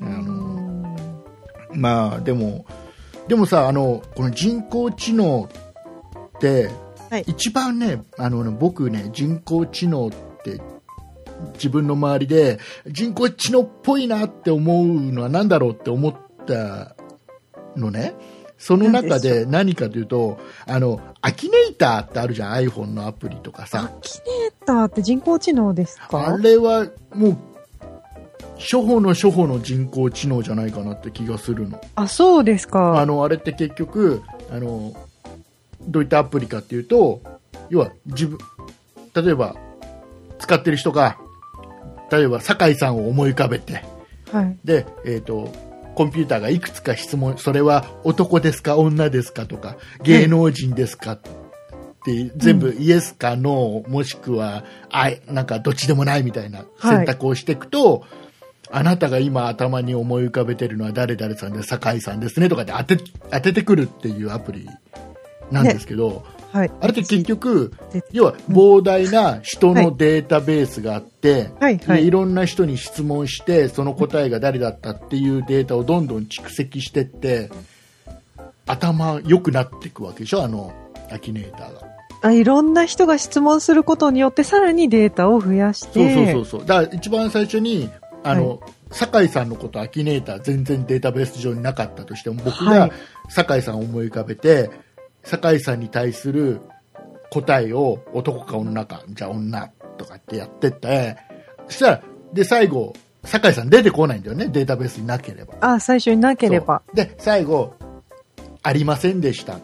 S2: あの
S3: うん
S2: まあでもでもさあのこの人工知能って、
S3: はい
S2: 一番ねあのね僕ね人工知能って自分の周りで人工知能っぽいなって思うのは何だろうって思ったのねその中で何かというとあのアキネイターってあるじゃん iPhone のアプリとか
S3: ア
S2: さ
S3: キネーターって人工知能です
S2: あ
S3: か
S2: れはもう初歩の初歩の人工知能じゃないかなって気がするの
S3: あ、そうです
S2: あ
S3: か。
S2: のあれって結局あのどういったアプリかっていうと要は自分例えば使ってる人が例えば酒井さんを思い浮かべて
S3: はい。
S2: で、えー、とコンピューターがいくつか質問それは男ですか女ですかとか芸能人ですかって全部イエスかノーもしくはあいなんかどっちでもないみたいな
S3: はい
S2: 選択をしていくと、あなたが今頭に思い浮かべてるのは誰々さんで酒井さんですねとかで当て当ててくるっていうアプリなんですけど、
S3: はい。
S2: あれって結局、
S3: 絶
S2: 要は膨大な人のデータベースがあって、
S3: はいは
S2: で
S3: い
S2: いろんな人に質問してその答えが誰だったっていうデータをどんどん蓄積してって頭良くなっていくわけでしょあのアキネーターが。
S3: あいろんな人が質問することによって、さらにデータを増やし
S2: そう
S3: て。
S2: そうそうそう、だから一番最初にあの、酒井さんのことアキネーター全然データベース上になかったとしても僕
S3: は
S2: が
S3: い
S2: 酒井さんを思い浮かべて酒井さんに対する答えを男か女かじゃあ女とかってやってってそしたらで最後酒井さん出てこないんだよねデータベースになければ。
S3: あ、最初になければ。
S2: そうで最後ありませんでした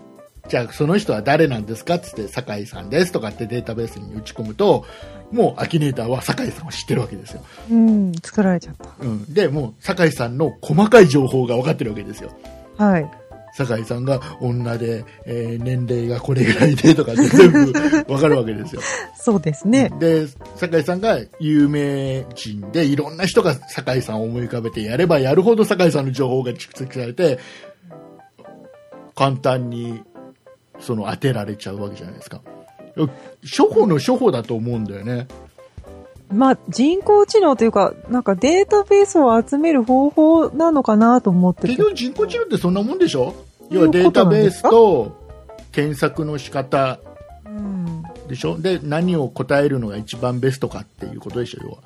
S2: じゃあその人は誰なんですかっつって酒井さんですとかってデータベースに打ち込むともうアキネーターは酒井さんを知ってるわけですよ、
S3: うん、作られちゃっ
S2: うん、でもう酒井さんの細かい情報が分かってるわけですよ
S3: た。はい。
S2: 酒井さんが女で、えー年齢がこれぐらいでとかって全部分かるわけですよ
S3: そうですね。
S2: で酒井さんが有名人でいろんな人が酒井さんを思い浮かべてやればやるほど酒井さんの情報が蓄積されて簡単にその当てられちゃうわけじゃないですか初歩の初歩だと思うんだよね
S3: まあ、人工知能というか、なんかデータベースを集める方法なのかなと思って
S2: 結
S3: て。
S2: 局人工知能ってそんなもんでしょ
S3: そう
S2: 要
S3: い
S2: は
S3: う
S2: デ
S3: こ
S2: ー
S3: と
S2: タ
S3: なん
S2: ベ
S3: で
S2: ー
S3: す
S2: ス
S3: か
S2: と検索の仕方
S3: うん。
S2: でしょで何を答えるのが一番ベストかっていうことでしょ要は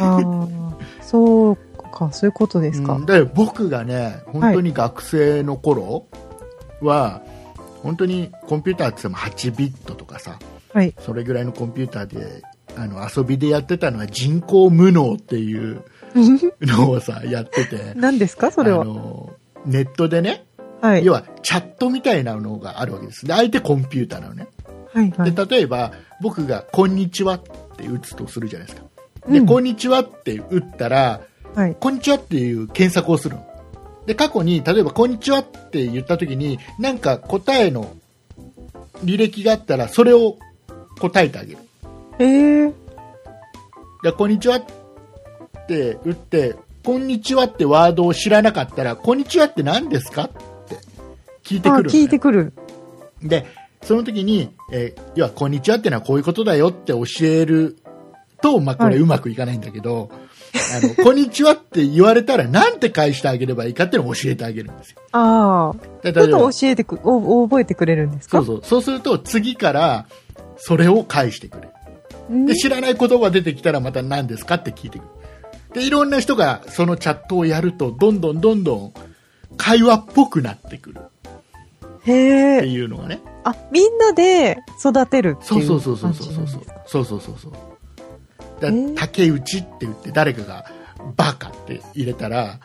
S3: ああ、そうか、そういうことですか。
S2: うんで僕がね本当に学生の頃は、本当にコンピューターって言っても8ビットとかさ
S3: はい。
S2: それぐらいのコンピューターであの遊びでやってたのは人工無能っていうのをさやってて
S3: 何ですか それ
S2: あ
S3: は。
S2: のネットでね、
S3: はい。
S2: 要
S3: は
S2: はチャットみたいなのがあるわけですで相手コンピューターなのね
S3: い、はい。
S2: で例えば僕が「こんにちは」って打つとするじゃないですかで「
S3: うん
S2: こんにちは」って打ったら
S3: はい。
S2: こんにちはっていう検索をするの。で、過去に、例えば、こんにちはって言った時に、なんか答えの履歴があったら、それを答えてあげる。
S3: えー、
S2: で、こんにちはって打って、こんにちはってワードを知らなかったら、こんにちはって何ですかって聞いて
S3: あ
S2: くるのね、
S3: 聞いてくる。
S2: で、その時に、えー要は、こんにちはってのはこういうことだよって教えると、まあ、こ
S3: は
S2: れ
S3: いう
S2: まくいかないんだけど、あの、 こんにちはって言われたら、なんて返してあげればいいかっていうのを教えてあげるんですよ。
S3: ああ、
S2: で
S3: ちょっ
S2: 例え
S3: と
S2: ば
S3: 教えてく、お覚えてくれるんです
S2: そ
S3: か
S2: うそう。そうすると、次から、それを返してくれる。
S3: うん
S2: で、知らない言葉が出てきたら、また何ですかって聞いてくる。で、いろんな人が、そのチャットをやると、どんどんどんどん、会話っぽくなってくる
S3: へ
S2: って
S3: え。
S2: いうのがね。
S3: あ、みんなで育てるって
S2: そう
S3: いう
S2: そうそうそう
S3: 感
S2: そう
S3: じ
S2: そ
S3: なん
S2: う
S3: です
S2: そう
S3: か。
S2: そうそうそうそうだ
S3: えー
S2: 竹内って言って誰かが「バカ」って入れたら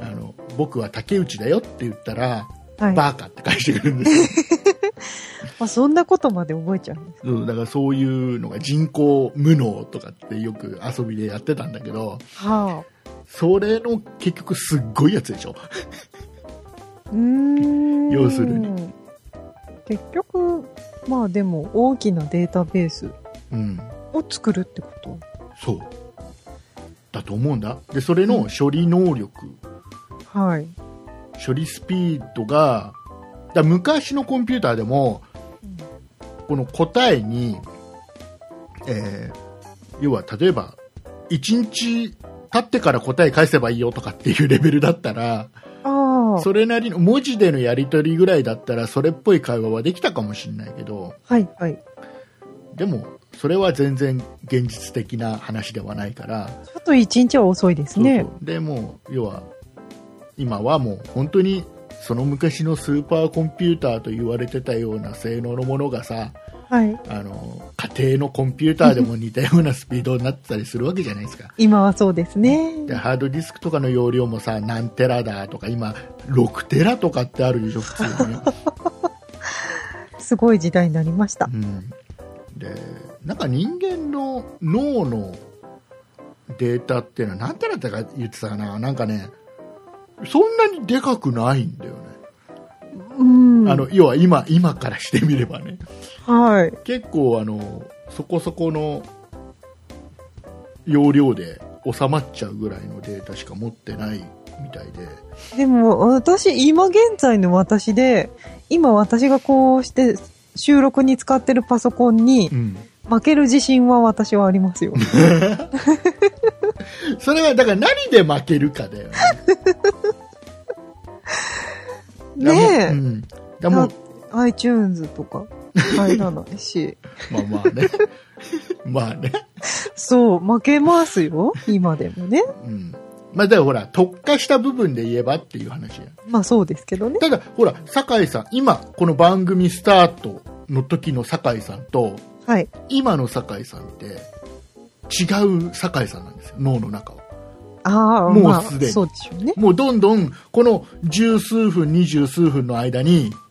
S2: あの「僕は竹内だよ」って言ったら「
S3: はい
S2: バカ」って返してくるんですよ、
S3: あ、そんなことまで覚えちゃうんです
S2: うんだからそういうのが人工無能とかってよく遊びでやってたんだけど
S3: か。は
S2: それの結局すっごいやつでしょ
S3: あ。うーん。
S2: 要するに。
S3: 結局、まあでも、大きなデータベース
S2: うん
S3: を作るってこと
S2: そうだと思うんだでそれの処理能力、
S3: はい。
S2: 処理スピードがだ昔のコンピューターでも
S3: うん
S2: この答えに、えー要は例えば1日経ってから答え返せばいいよとかっていうレベルだったら
S3: ああ。
S2: それなりの文字でのやり取りぐらいだったらそれっぽい会話はできたかもしれないけど
S3: はいはい。
S2: でもそれは全然現実的な話ではないから
S3: ちょっと一日は遅いですね。
S2: そうそうでもう要は今はもう本当にその昔のスーパーコンピューターと言われてたような性能のものがさ
S3: はい。
S2: あの家庭のコンピューターでも似たようなスピードになってたりするわけじゃないですか。
S3: 今はそうですね。
S2: でハードディスクとかの容量もさ何テラだとか今6テラとかってあるでしょ普通に、ね
S3: すごい時代になりました
S2: う。ん、でなんか人間の脳のデータっていうのは何テラとか言ってたかななんかねそんなにでかくないんだよね、
S3: うん。
S2: あの要は今今からしてみればね
S3: はい。
S2: 結構あのそこそこの容量で収まっちゃうぐらいのデータしか持ってないみたいで
S3: でも、私、今現在の私で、今私がこうして収録に使ってるパソコンに
S2: うん、
S3: 負ける自信は私はありま すよ。
S2: それはだから何で負けるかだよね
S3: ね
S2: う
S3: え、
S2: ん、だもう、
S3: iTunes と か入らないし。
S2: まあまあね。 まあね。
S3: そう、負けますよ。今でもね。
S2: うん。まあだからほら、特化した部分で言えばっていう話や。
S3: まあそうですけどね。
S2: ただ、ほら、酒井さん、今、この番組スタートの時の酒井さんと、
S3: はい。
S2: 今の酒井さんって、違う酒井さんなんですよ、脳の中は。
S3: ああ、
S2: もう
S3: まあ、
S2: すでに
S3: そうでしょうね。
S2: もうどんどん、この十数分、二十数分の間に、
S3: うん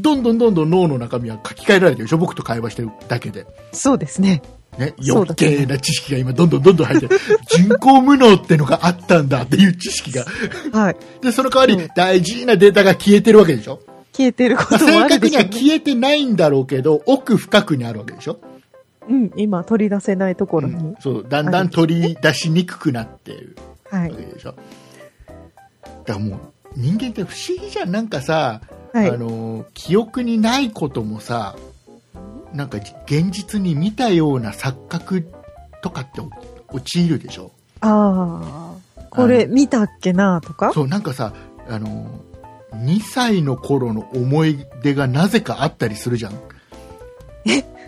S2: どんどんどんどん脳の中身は書き換えられてるでしょ僕と会話してるだけで。
S3: そうですね。
S2: ね、
S3: そう
S2: 余
S3: だ
S2: 計な知識が今どんどんどんどん入ってる。人工無能ってのがあったんだっていう知識が。
S3: はい。
S2: で、その代わ
S3: う
S2: り
S3: ん
S2: 大事なデータが消えてるわけでしょ、
S3: 消えてるこ
S2: まあ
S3: ともあ
S2: 正
S3: る
S2: 確
S3: で
S2: に
S3: し
S2: は
S3: ょうね。
S2: 消えてないんだろうけど、奥深くにあるわけでしょ、
S3: うん、今取り出せないとこ
S2: う
S3: ろに
S2: ん。そう、だんだん取り出しにくくなってる
S3: は
S2: わ
S3: い
S2: け。でしょ、だからもう、人間って不思議じゃん。なんかさ、
S3: はい
S2: あ。の、記憶にないこともさ、なんか現実に見たような錯覚とかって陥るでしょ
S3: ああ、これ見たっけなとか。
S2: そうなんかさあの2歳の頃の思い出がなぜかあったりするじゃん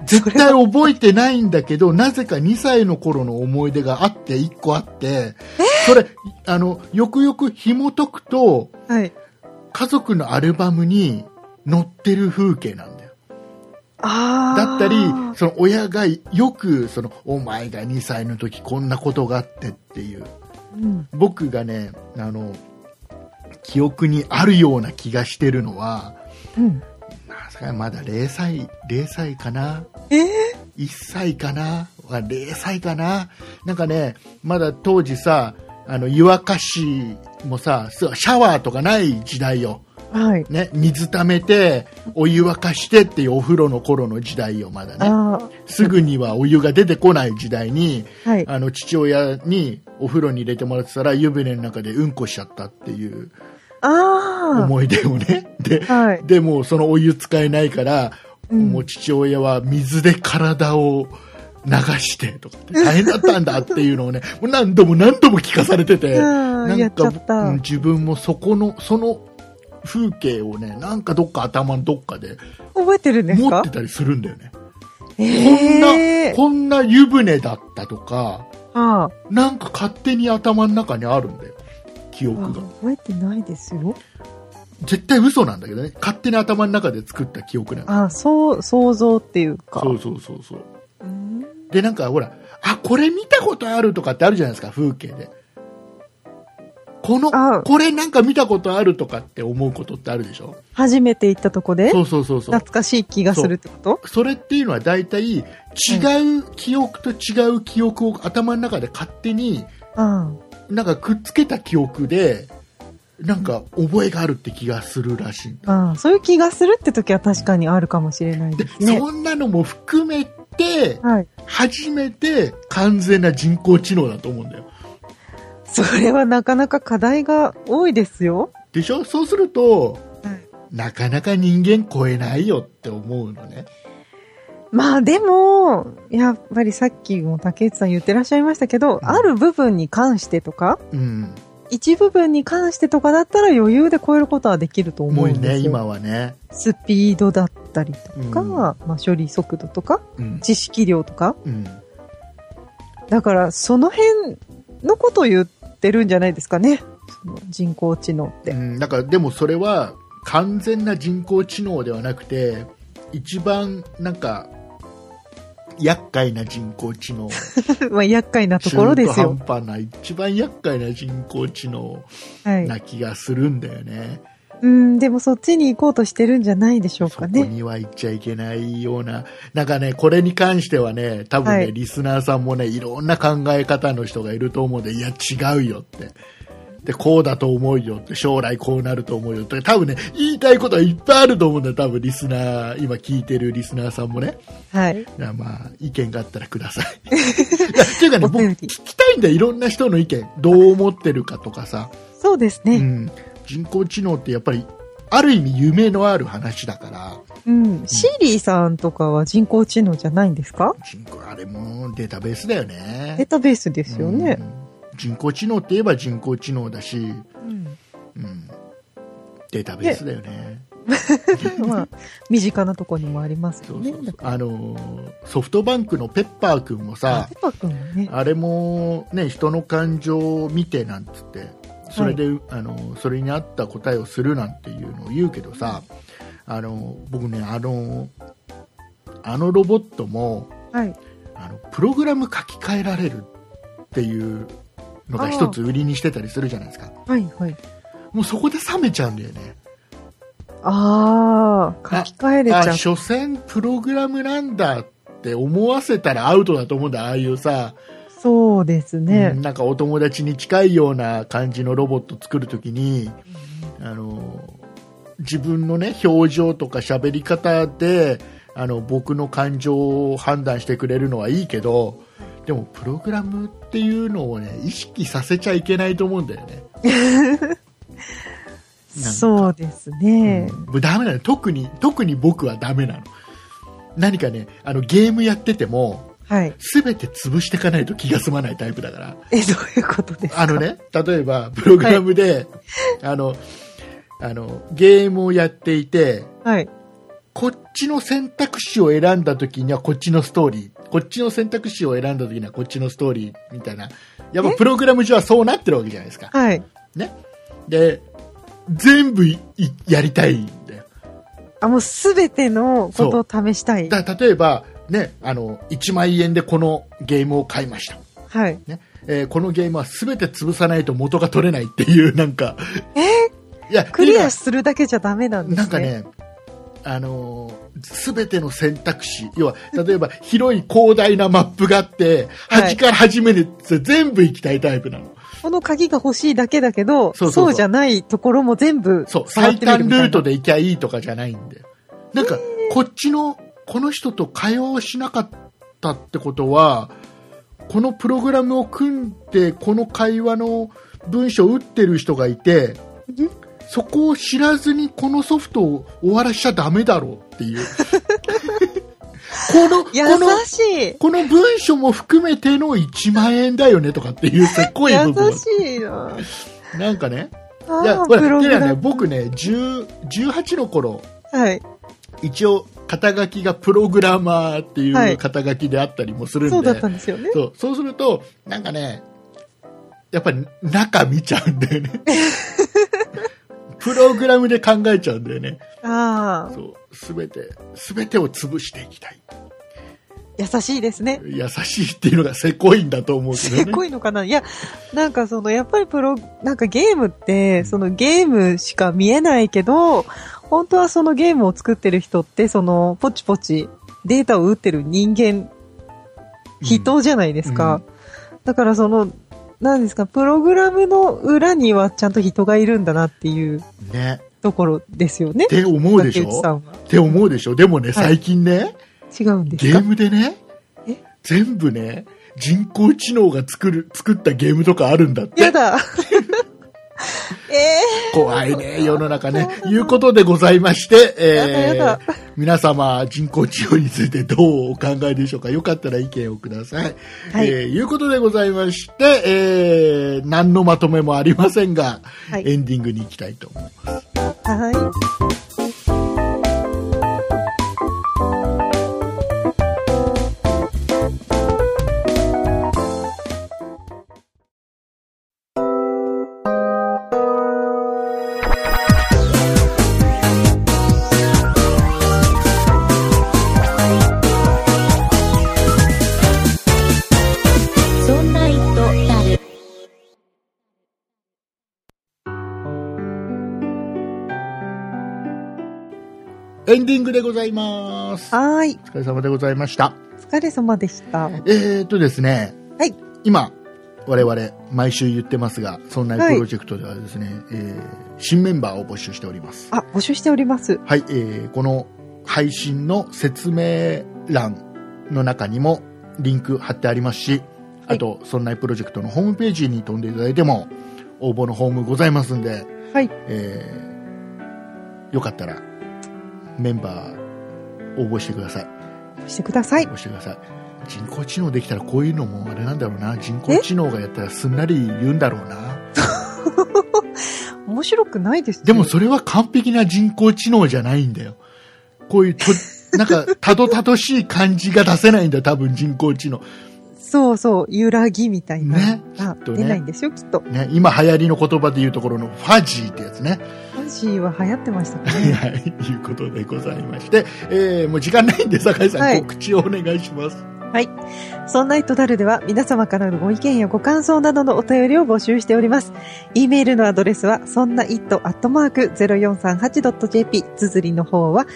S2: 絶対覚えてないんだけどなぜか2歳の頃の思い出があって1個あってそれあのよくよく紐解くと
S3: はい。
S2: 家族のアルバムに載ってる風景なんだよ
S3: ああ。
S2: だったりその親がよくその「お前が2歳の時こんなことがあって」っていう
S3: うん。
S2: 僕がねあの記憶にあるような気がしてるのは
S3: うん。
S2: まさかまだ0歳0歳かな
S3: えー
S2: 1歳かなわ0歳かななんかねまだ当時さあの湯沸かしもさそうシャワーとかない時代よ、
S3: はい。
S2: ね、水溜めてお湯沸かしてっていうお風呂の頃の時代よまだね
S3: あ
S2: すぐにはお湯が出てこない時代に
S3: あ、はい。
S2: あの父親にお風呂に入れてもらってたら湯船の中でうんこしちゃったっていう
S3: あ
S2: 思い出をね、で
S3: あ、はい。
S2: でもうそのお湯使えないから、
S3: うん
S2: もう父親は水で体を流してとかって大変だったんだっていうのをねもう何度も何度も聞かされてて
S3: うん
S2: な
S3: や
S2: ん
S3: っちゃ
S2: か
S3: った
S2: うん自分もそこのその風景をねなんかどっか頭のどっかで
S3: 覚えてるんです
S2: 持
S3: か
S2: ってたりするんだよね。
S3: ええ
S2: こんな湯船だったとか
S3: ああ
S2: なんか勝手に頭の中にあるんだよ記憶が
S3: 覚えてないですよ。
S2: 絶対嘘なんだけどね勝手に頭の中で作った記憶なんだ
S3: ああ、そう、想像っていうか。
S2: そうそうそうそう
S3: うん
S2: でなんかほらあこれ見たことあるとかってあるじゃないですか風景でこ
S3: あ
S2: のこれなんか見たことあるとかって思うことってあるでしょ
S3: 初めて行ったとこで
S2: そうそうそうそう
S3: 懐かしい気がするってこと
S2: それっていうのは大体違う記憶と違う記憶を頭の中で勝手に
S3: あ
S2: なんかくっつけた記憶でなんか覚えがあるって気がするらしいんだ
S3: あ、ああ、そういう気がするって時は確かにあるかもしれない
S2: で
S3: ですね。
S2: そんなのも含めて
S3: はい。
S2: 初めて完全な人工知能だと思うんだよ
S3: それはなかなか課題が多いですよ。
S2: でしょそうすると
S3: はい
S2: なかなか人間超えないよって思うのね
S3: まあでも、やっぱりさっきも竹内さん言ってらっしゃいましたけど、
S2: うん
S3: ある部分に関してとか、
S2: うん
S3: 一部分に関してとかだったら余裕で超えることはできると思
S2: も
S3: う
S2: うんね
S3: ですよ。
S2: 今はね
S3: スピードだったりとか、
S2: うん
S3: まあ処理速度とか、
S2: うん
S3: 知識量とか。
S2: うん
S3: だからその辺のことを言ってるんじゃないですかね。その人工知能って。
S2: うんだからでもそれは完全な人工知能ではなくて一番なんか厄介な人工知能
S3: まあ厄介な ところです
S2: 中途
S3: よ。
S2: 半端な一番厄介な人工知能
S3: はい。
S2: な気がするんだよね、
S3: うん、でもそっちに行こうとしてるんじゃないでしょう
S2: そこ
S3: かね。
S2: には行っちゃいけないような、なんかね、これに関してはね、多分ね、
S3: はい
S2: リスナーさんもね、いろんな考え方の人がいると思うんで、いや、違うよって。で、こうだと思うよって、将来こうなると思うよって、多分ね、言いたいことはいっぱいあると思うんだよ、多分リスナー、今聞いてるリスナーさんもね。
S3: はい。
S2: いやまあ、意見があったらく ださい。いやっていうかね、
S3: お
S2: 僕
S3: 便
S2: 聞
S3: り
S2: きたいんだよ、いろんな人の意見。どう思ってるかとかさ。
S3: そうですね。
S2: うん、人工知能ってやっぱりある意味夢のある話だから、
S3: うん。シーリーさんとかは人工知能じゃないんですか
S2: 人工、あれもデータベースだよね。
S3: データベースですよね
S2: う。ん人工知能って言えば人工知能だし、
S3: うん。
S2: うん、データベースだよね。
S3: まあ、身近なとこにもあります
S2: そ
S3: よ
S2: うそ
S3: ね
S2: う。そう
S3: だから
S2: あのーソフトバンクのペッパー君もさ
S3: ペ、パ君はね。
S2: あれもね人の感情を見てなんつってそれで、あのそれに合った答えをするなんていうのを言うけどさあの僕ねあのあのロボットも
S3: はい。
S2: あのプログラム書き換えられるっていうのが一つ売りにしてたりするじゃないですか
S3: はい、はい。
S2: もうそこで冷めちゃうんだよね
S3: ああ、書き換えれちゃ
S2: あ
S3: う。
S2: 所詮プログラムなんだって思わせたらアウトだと思うんだああいうさ、
S3: そうですね。
S2: うんなんかお友達に近いような感じのロボット作るときにあの自分の、ね、表情とか喋り方であの僕の感情を判断してくれるのはいいけどでもプログラムっていうのを、ね、意識させちゃいけないと思うんだよね。か
S3: そうですね。
S2: もうダメなの特に特に僕はダメなの何かねあのゲームやってても
S3: はい。
S2: 全て潰していかないと気が済まないタイプだから
S3: え、どういうことですか
S2: あのね、例えば、プログラムで、あの、あの、ゲームをやっていて、
S3: はい。
S2: こっちの選択肢を選んだ時にはこっちのストーリー、こっちの選択肢を選んだ時にはこっちのストーリーみたいな、やっぱプログラム上はそうなってるわけじゃないですか。
S3: はい。
S2: ね。で、全部いいやりたいんだよ。
S3: あ、もうすべてのことを試したい。
S2: だ例えば、ね、あの、1万円でこのゲームを買いました。
S3: はい。
S2: ねえーこのゲームは全て潰さないと元が取れないっていう、なんか、いや、
S3: クリ
S2: 今
S3: アするだけじゃダメなんですね。
S2: なんか。ね、あのすべての選択肢、要は、例えば広い広大なマップがあって、
S3: はい
S2: 端から始めるって全部行きたいタイプなの。
S3: この鍵が欲しいだけだけど、
S2: そ
S3: そうう
S2: そうそう
S3: じゃないところも全部
S2: そう、
S3: 触っ
S2: 最
S3: てみ
S2: 短
S3: るみ
S2: ル
S3: たいな。
S2: ートで行きゃいいとかじゃないんだよ。なんか、こっちの、この人と会話をしなかったってことは、このプログラムを組んで、この会話の文章を打ってる人がいて、そこを知らずにこのソフトを終わらしちゃダメだろうって いう。この、この、
S3: 優しい
S2: この文章も含めての1万円だよねとかっていうすっごい部分
S3: 優。しいな
S2: なんかね。いや、
S3: ああ、
S2: ほら
S3: プログ
S2: てかね
S3: ラム。
S2: 僕ね、10 18の頃、
S3: はい。
S2: 一応肩書きがプログラマーってい
S3: は
S2: う
S3: い
S2: 肩書きであったりもするんで、
S3: そうだったんですよね。
S2: そうそうするとなんかねやっぱり中見ちゃうんだよ ねプログラムで考えちゃうんだよね
S3: ああ、
S2: そう全て全てを潰していきたい
S3: 優しいですね。
S2: 優しいっていうのがせこいんだと思うけ どね
S3: せこいのかないや、なんかその、やっぱりプロ、なんかゲームって、そのゲームしか見えないけど、本当はそのゲームを作ってる人って、その、ポチポチデータを打ってる人間、人じゃないですか。だからその、なんですか、プログラムの裏にはちゃんと人がいるんだなっていう
S2: うんね
S3: ところですよね
S2: っ。て思うでし
S3: 竹内さ
S2: ょ
S3: んは
S2: って思うでしょでもね最近ね、
S3: 違うんです
S2: ゲー
S3: か
S2: ムでね
S3: え
S2: 全部ね人工知能が作る作ったゲームとかあるんだって
S3: やだ ええ
S2: 怖いね、世の中ね
S3: そうだ。な
S2: いうことでございまして、え
S3: やだやだ
S2: ー、皆様、人工知能についてどうお考えでしょうかよかったら意見をください。
S3: はい
S2: えーいうことでございまして、えー、何のまとめもありませんが、
S3: はい
S2: エンディングに行きたいと思います。
S3: はい。
S1: そんな糸だる、
S2: エンディングでございます。お
S3: はーい。
S2: 疲れ様でございました。
S3: お疲れ様でした。は
S2: えーとですね、
S3: い。
S2: 今、我々、毎週言ってますが、そんなプロジェクトではですね、えー新メンバーを募集しております。
S3: あ、募集しております。
S2: はい、えーこの配信の説明欄の中にもリンク貼ってありますし、
S3: はい
S2: あと、そんないプロジェクトのホームページに飛んでいただいても、応募のホームございますんで、
S3: はい。
S2: えーよかったらメンバー応募してください
S3: してください
S2: 応。募してください人工知能できたらこういうのもあれなんだろうな人工知能がやったらすんなり言うんだろうな
S3: 面白くないですよ
S2: でもそれは完璧な人工知能じゃないんだよこう いうとなんかたどたどしい感じが出せないんだよ多分人工知能
S3: そうそう、揺らぎみたいな。
S2: ね
S3: あ
S2: きっとね
S3: 出ないんですよ、きっと。
S2: ね今流行りの言葉で言うところのファジーってやつね
S3: マジーは流行ってました か
S2: はい
S3: ね。
S2: はい、いうことでございまして、えー、もう時間ないんで、酒井さん、
S3: はい
S2: 告知をお願いします。
S3: はい。そんな糸だるでは皆様からのご意見やご感想などのお便りを募集しております。e メールのアドレスは、そんな it.0438.jp。つづりの方は、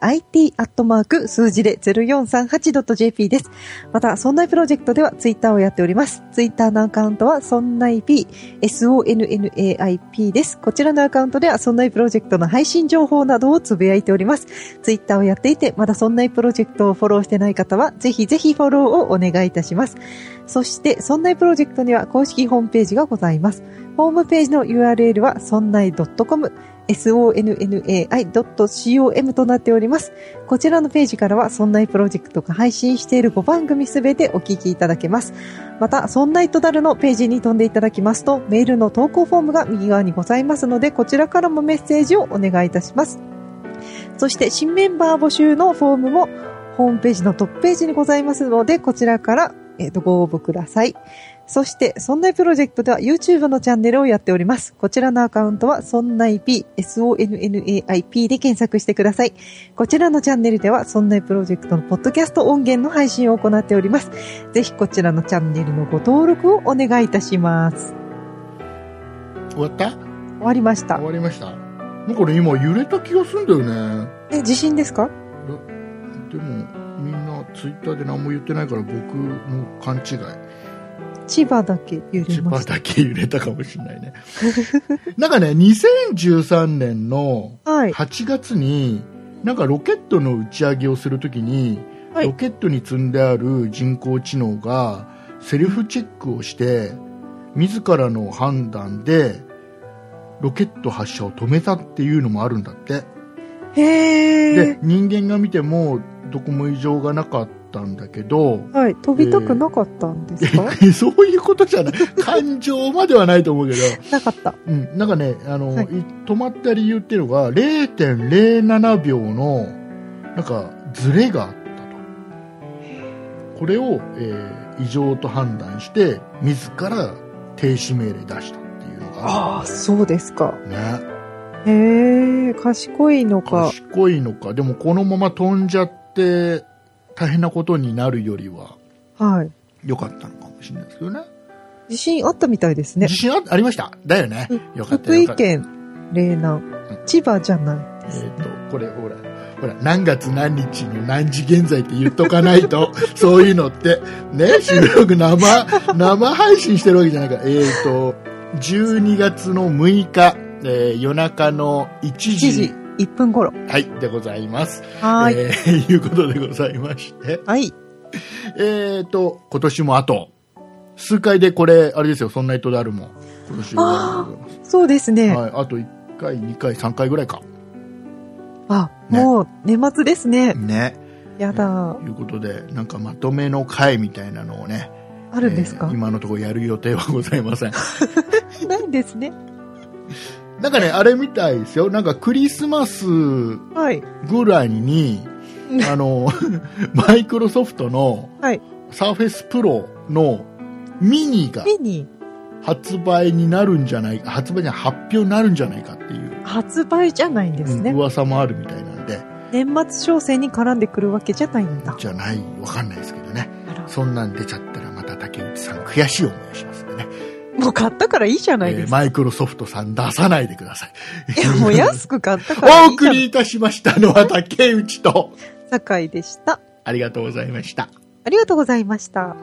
S3: sonnait. 数字で 0438.jp です。また、そんないプロジェクトではツイッターをやっております。ツイッターのアカウントは、そんない p、sonnaip です。こちらのアカウントでは、そんないプロジェクトの配信情報などをつぶやいております。ツイッターをやっていて、まだそんないプロジェクトをフォローしてない方は、ぜひぜひフォローをお願いいたします。そして、そんないプロジェクトには公式ホームページがございます。ホームページの URL は、そんない .com、sonnai.com となっております。こちらのページからは、そんないプロジェクトが配信している5番組すべてお聞きいただけます。また、そんないとだるのページに飛んでいただきますと、メールの投稿フォームが右側にございますので、こちらからもメッセージをお願いいたします。そして新メンバー募集のフォームもホームページのトップページにございますので、こちらから、えーとご応募ください。そして、そんないプロジェクトでは YouTube のチャンネルをやっております。こちらのアカウントは、そんない P、SONNAIP で検索してください。こちらのチャンネルでは、そんないプロジェクトのポッドキャスト音源の配信を行っております。ぜひ、こちらのチャンネルのご登録をお願いいたします。
S2: 終わった
S3: 終わりました
S2: 終。わりました。なんかね、今揺れた気がするんだよね。
S3: え、地震ですか
S2: でも、みんなツイッターで何も言ってないから、僕の勘違い。
S3: 千葉だけ揺れ
S2: 千
S3: ま
S2: 葉
S3: した。
S2: だけ揺れたかもしれないね。 なんかね、2013年の
S3: はい。
S2: 8月に、なんかロケットの打ち上げをするときに、
S3: はい
S2: ロケットに積んである人工知能がセルフチェックをして自らの判断でロケット発射を止めたっていうのもあるんだって、
S3: へー
S2: で。人間が見てもどこも異常がなかったんだけど
S3: はい、飛びたくなかったんですか、
S2: そういうことじゃない感情まではないと思うけど、
S3: な かった。
S2: うん、なんかねあの、
S3: はい
S2: い止まった理由っていうのが0.07秒のなんかズレがあったとこれを、えー異常と判断して自ら停止命令出したっていうのが
S3: ああ、そうですか。
S2: ね
S3: へえ、賢いのか。
S2: 賢いのかでもこのまま飛んじゃって大変なことになるよりは
S3: はい。
S2: 良かったのかもしれないですけどね
S3: 地震あったみたいですね
S2: 自。信あありましただよね
S3: う
S2: よかった
S3: 福
S2: よ
S3: 井
S2: かった
S3: 県、霊南、千葉じゃないです
S2: えっ、
S3: ね。
S2: と、これ、ほら、ほら、何月何日の何時現在って言っとかないと、 そういうのって、ね、収録生、 生配信してるわけじゃないから、えっ、と、12月の6日、えー夜中の1
S3: 1
S2: 時
S3: 時1分頃。
S2: はい、でございます。
S3: はーい。
S2: えーいうことでございまして、
S3: はい。
S2: えっ、と、今年もあと、数回でこれ、あれですよ、そんな人であるもん。今年は
S3: あそうですね。
S2: はい、あと1回、2回、3回ぐらいか。
S3: あ、
S2: ね
S3: もう年末ですね。
S2: ね。
S3: やだ
S2: と。いうことで、なんかまとめの回みたいなのをね、
S3: あるんですか
S2: えー、今のところやる予定はございません。
S3: ないんですね。
S2: なんかね、あれみたいですよ。なんかクリスマスぐ
S3: はい。
S2: らいに、あの、 マイクロソフトの
S3: はい。
S2: サーフェスプロのミニが
S3: ミニ、
S2: 発売になるんじゃないか、発売じゃない発表になるんじゃないかっていう、
S3: 発売じゃないんです
S2: うん
S3: ね。
S2: 噂もあるみたいなんで、
S3: 年末商戦に絡んでくるわけじゃないんだ。
S2: じゃない、わかんないですけどね。
S3: あら
S2: そんなん出ちゃったらまた竹内さん悔しい思いをしますんでね。
S3: もう買ったからいいじゃない
S2: え
S3: で
S2: ー
S3: すか。
S2: マイクロソフトさん出さないでください。
S3: いや、もう安く買ったからい
S2: お
S3: いじゃ
S2: 送
S3: ん
S2: りいたしましたのは竹内と、
S3: 酒井でした。
S2: ありがとうございました。
S3: ありがとうございました。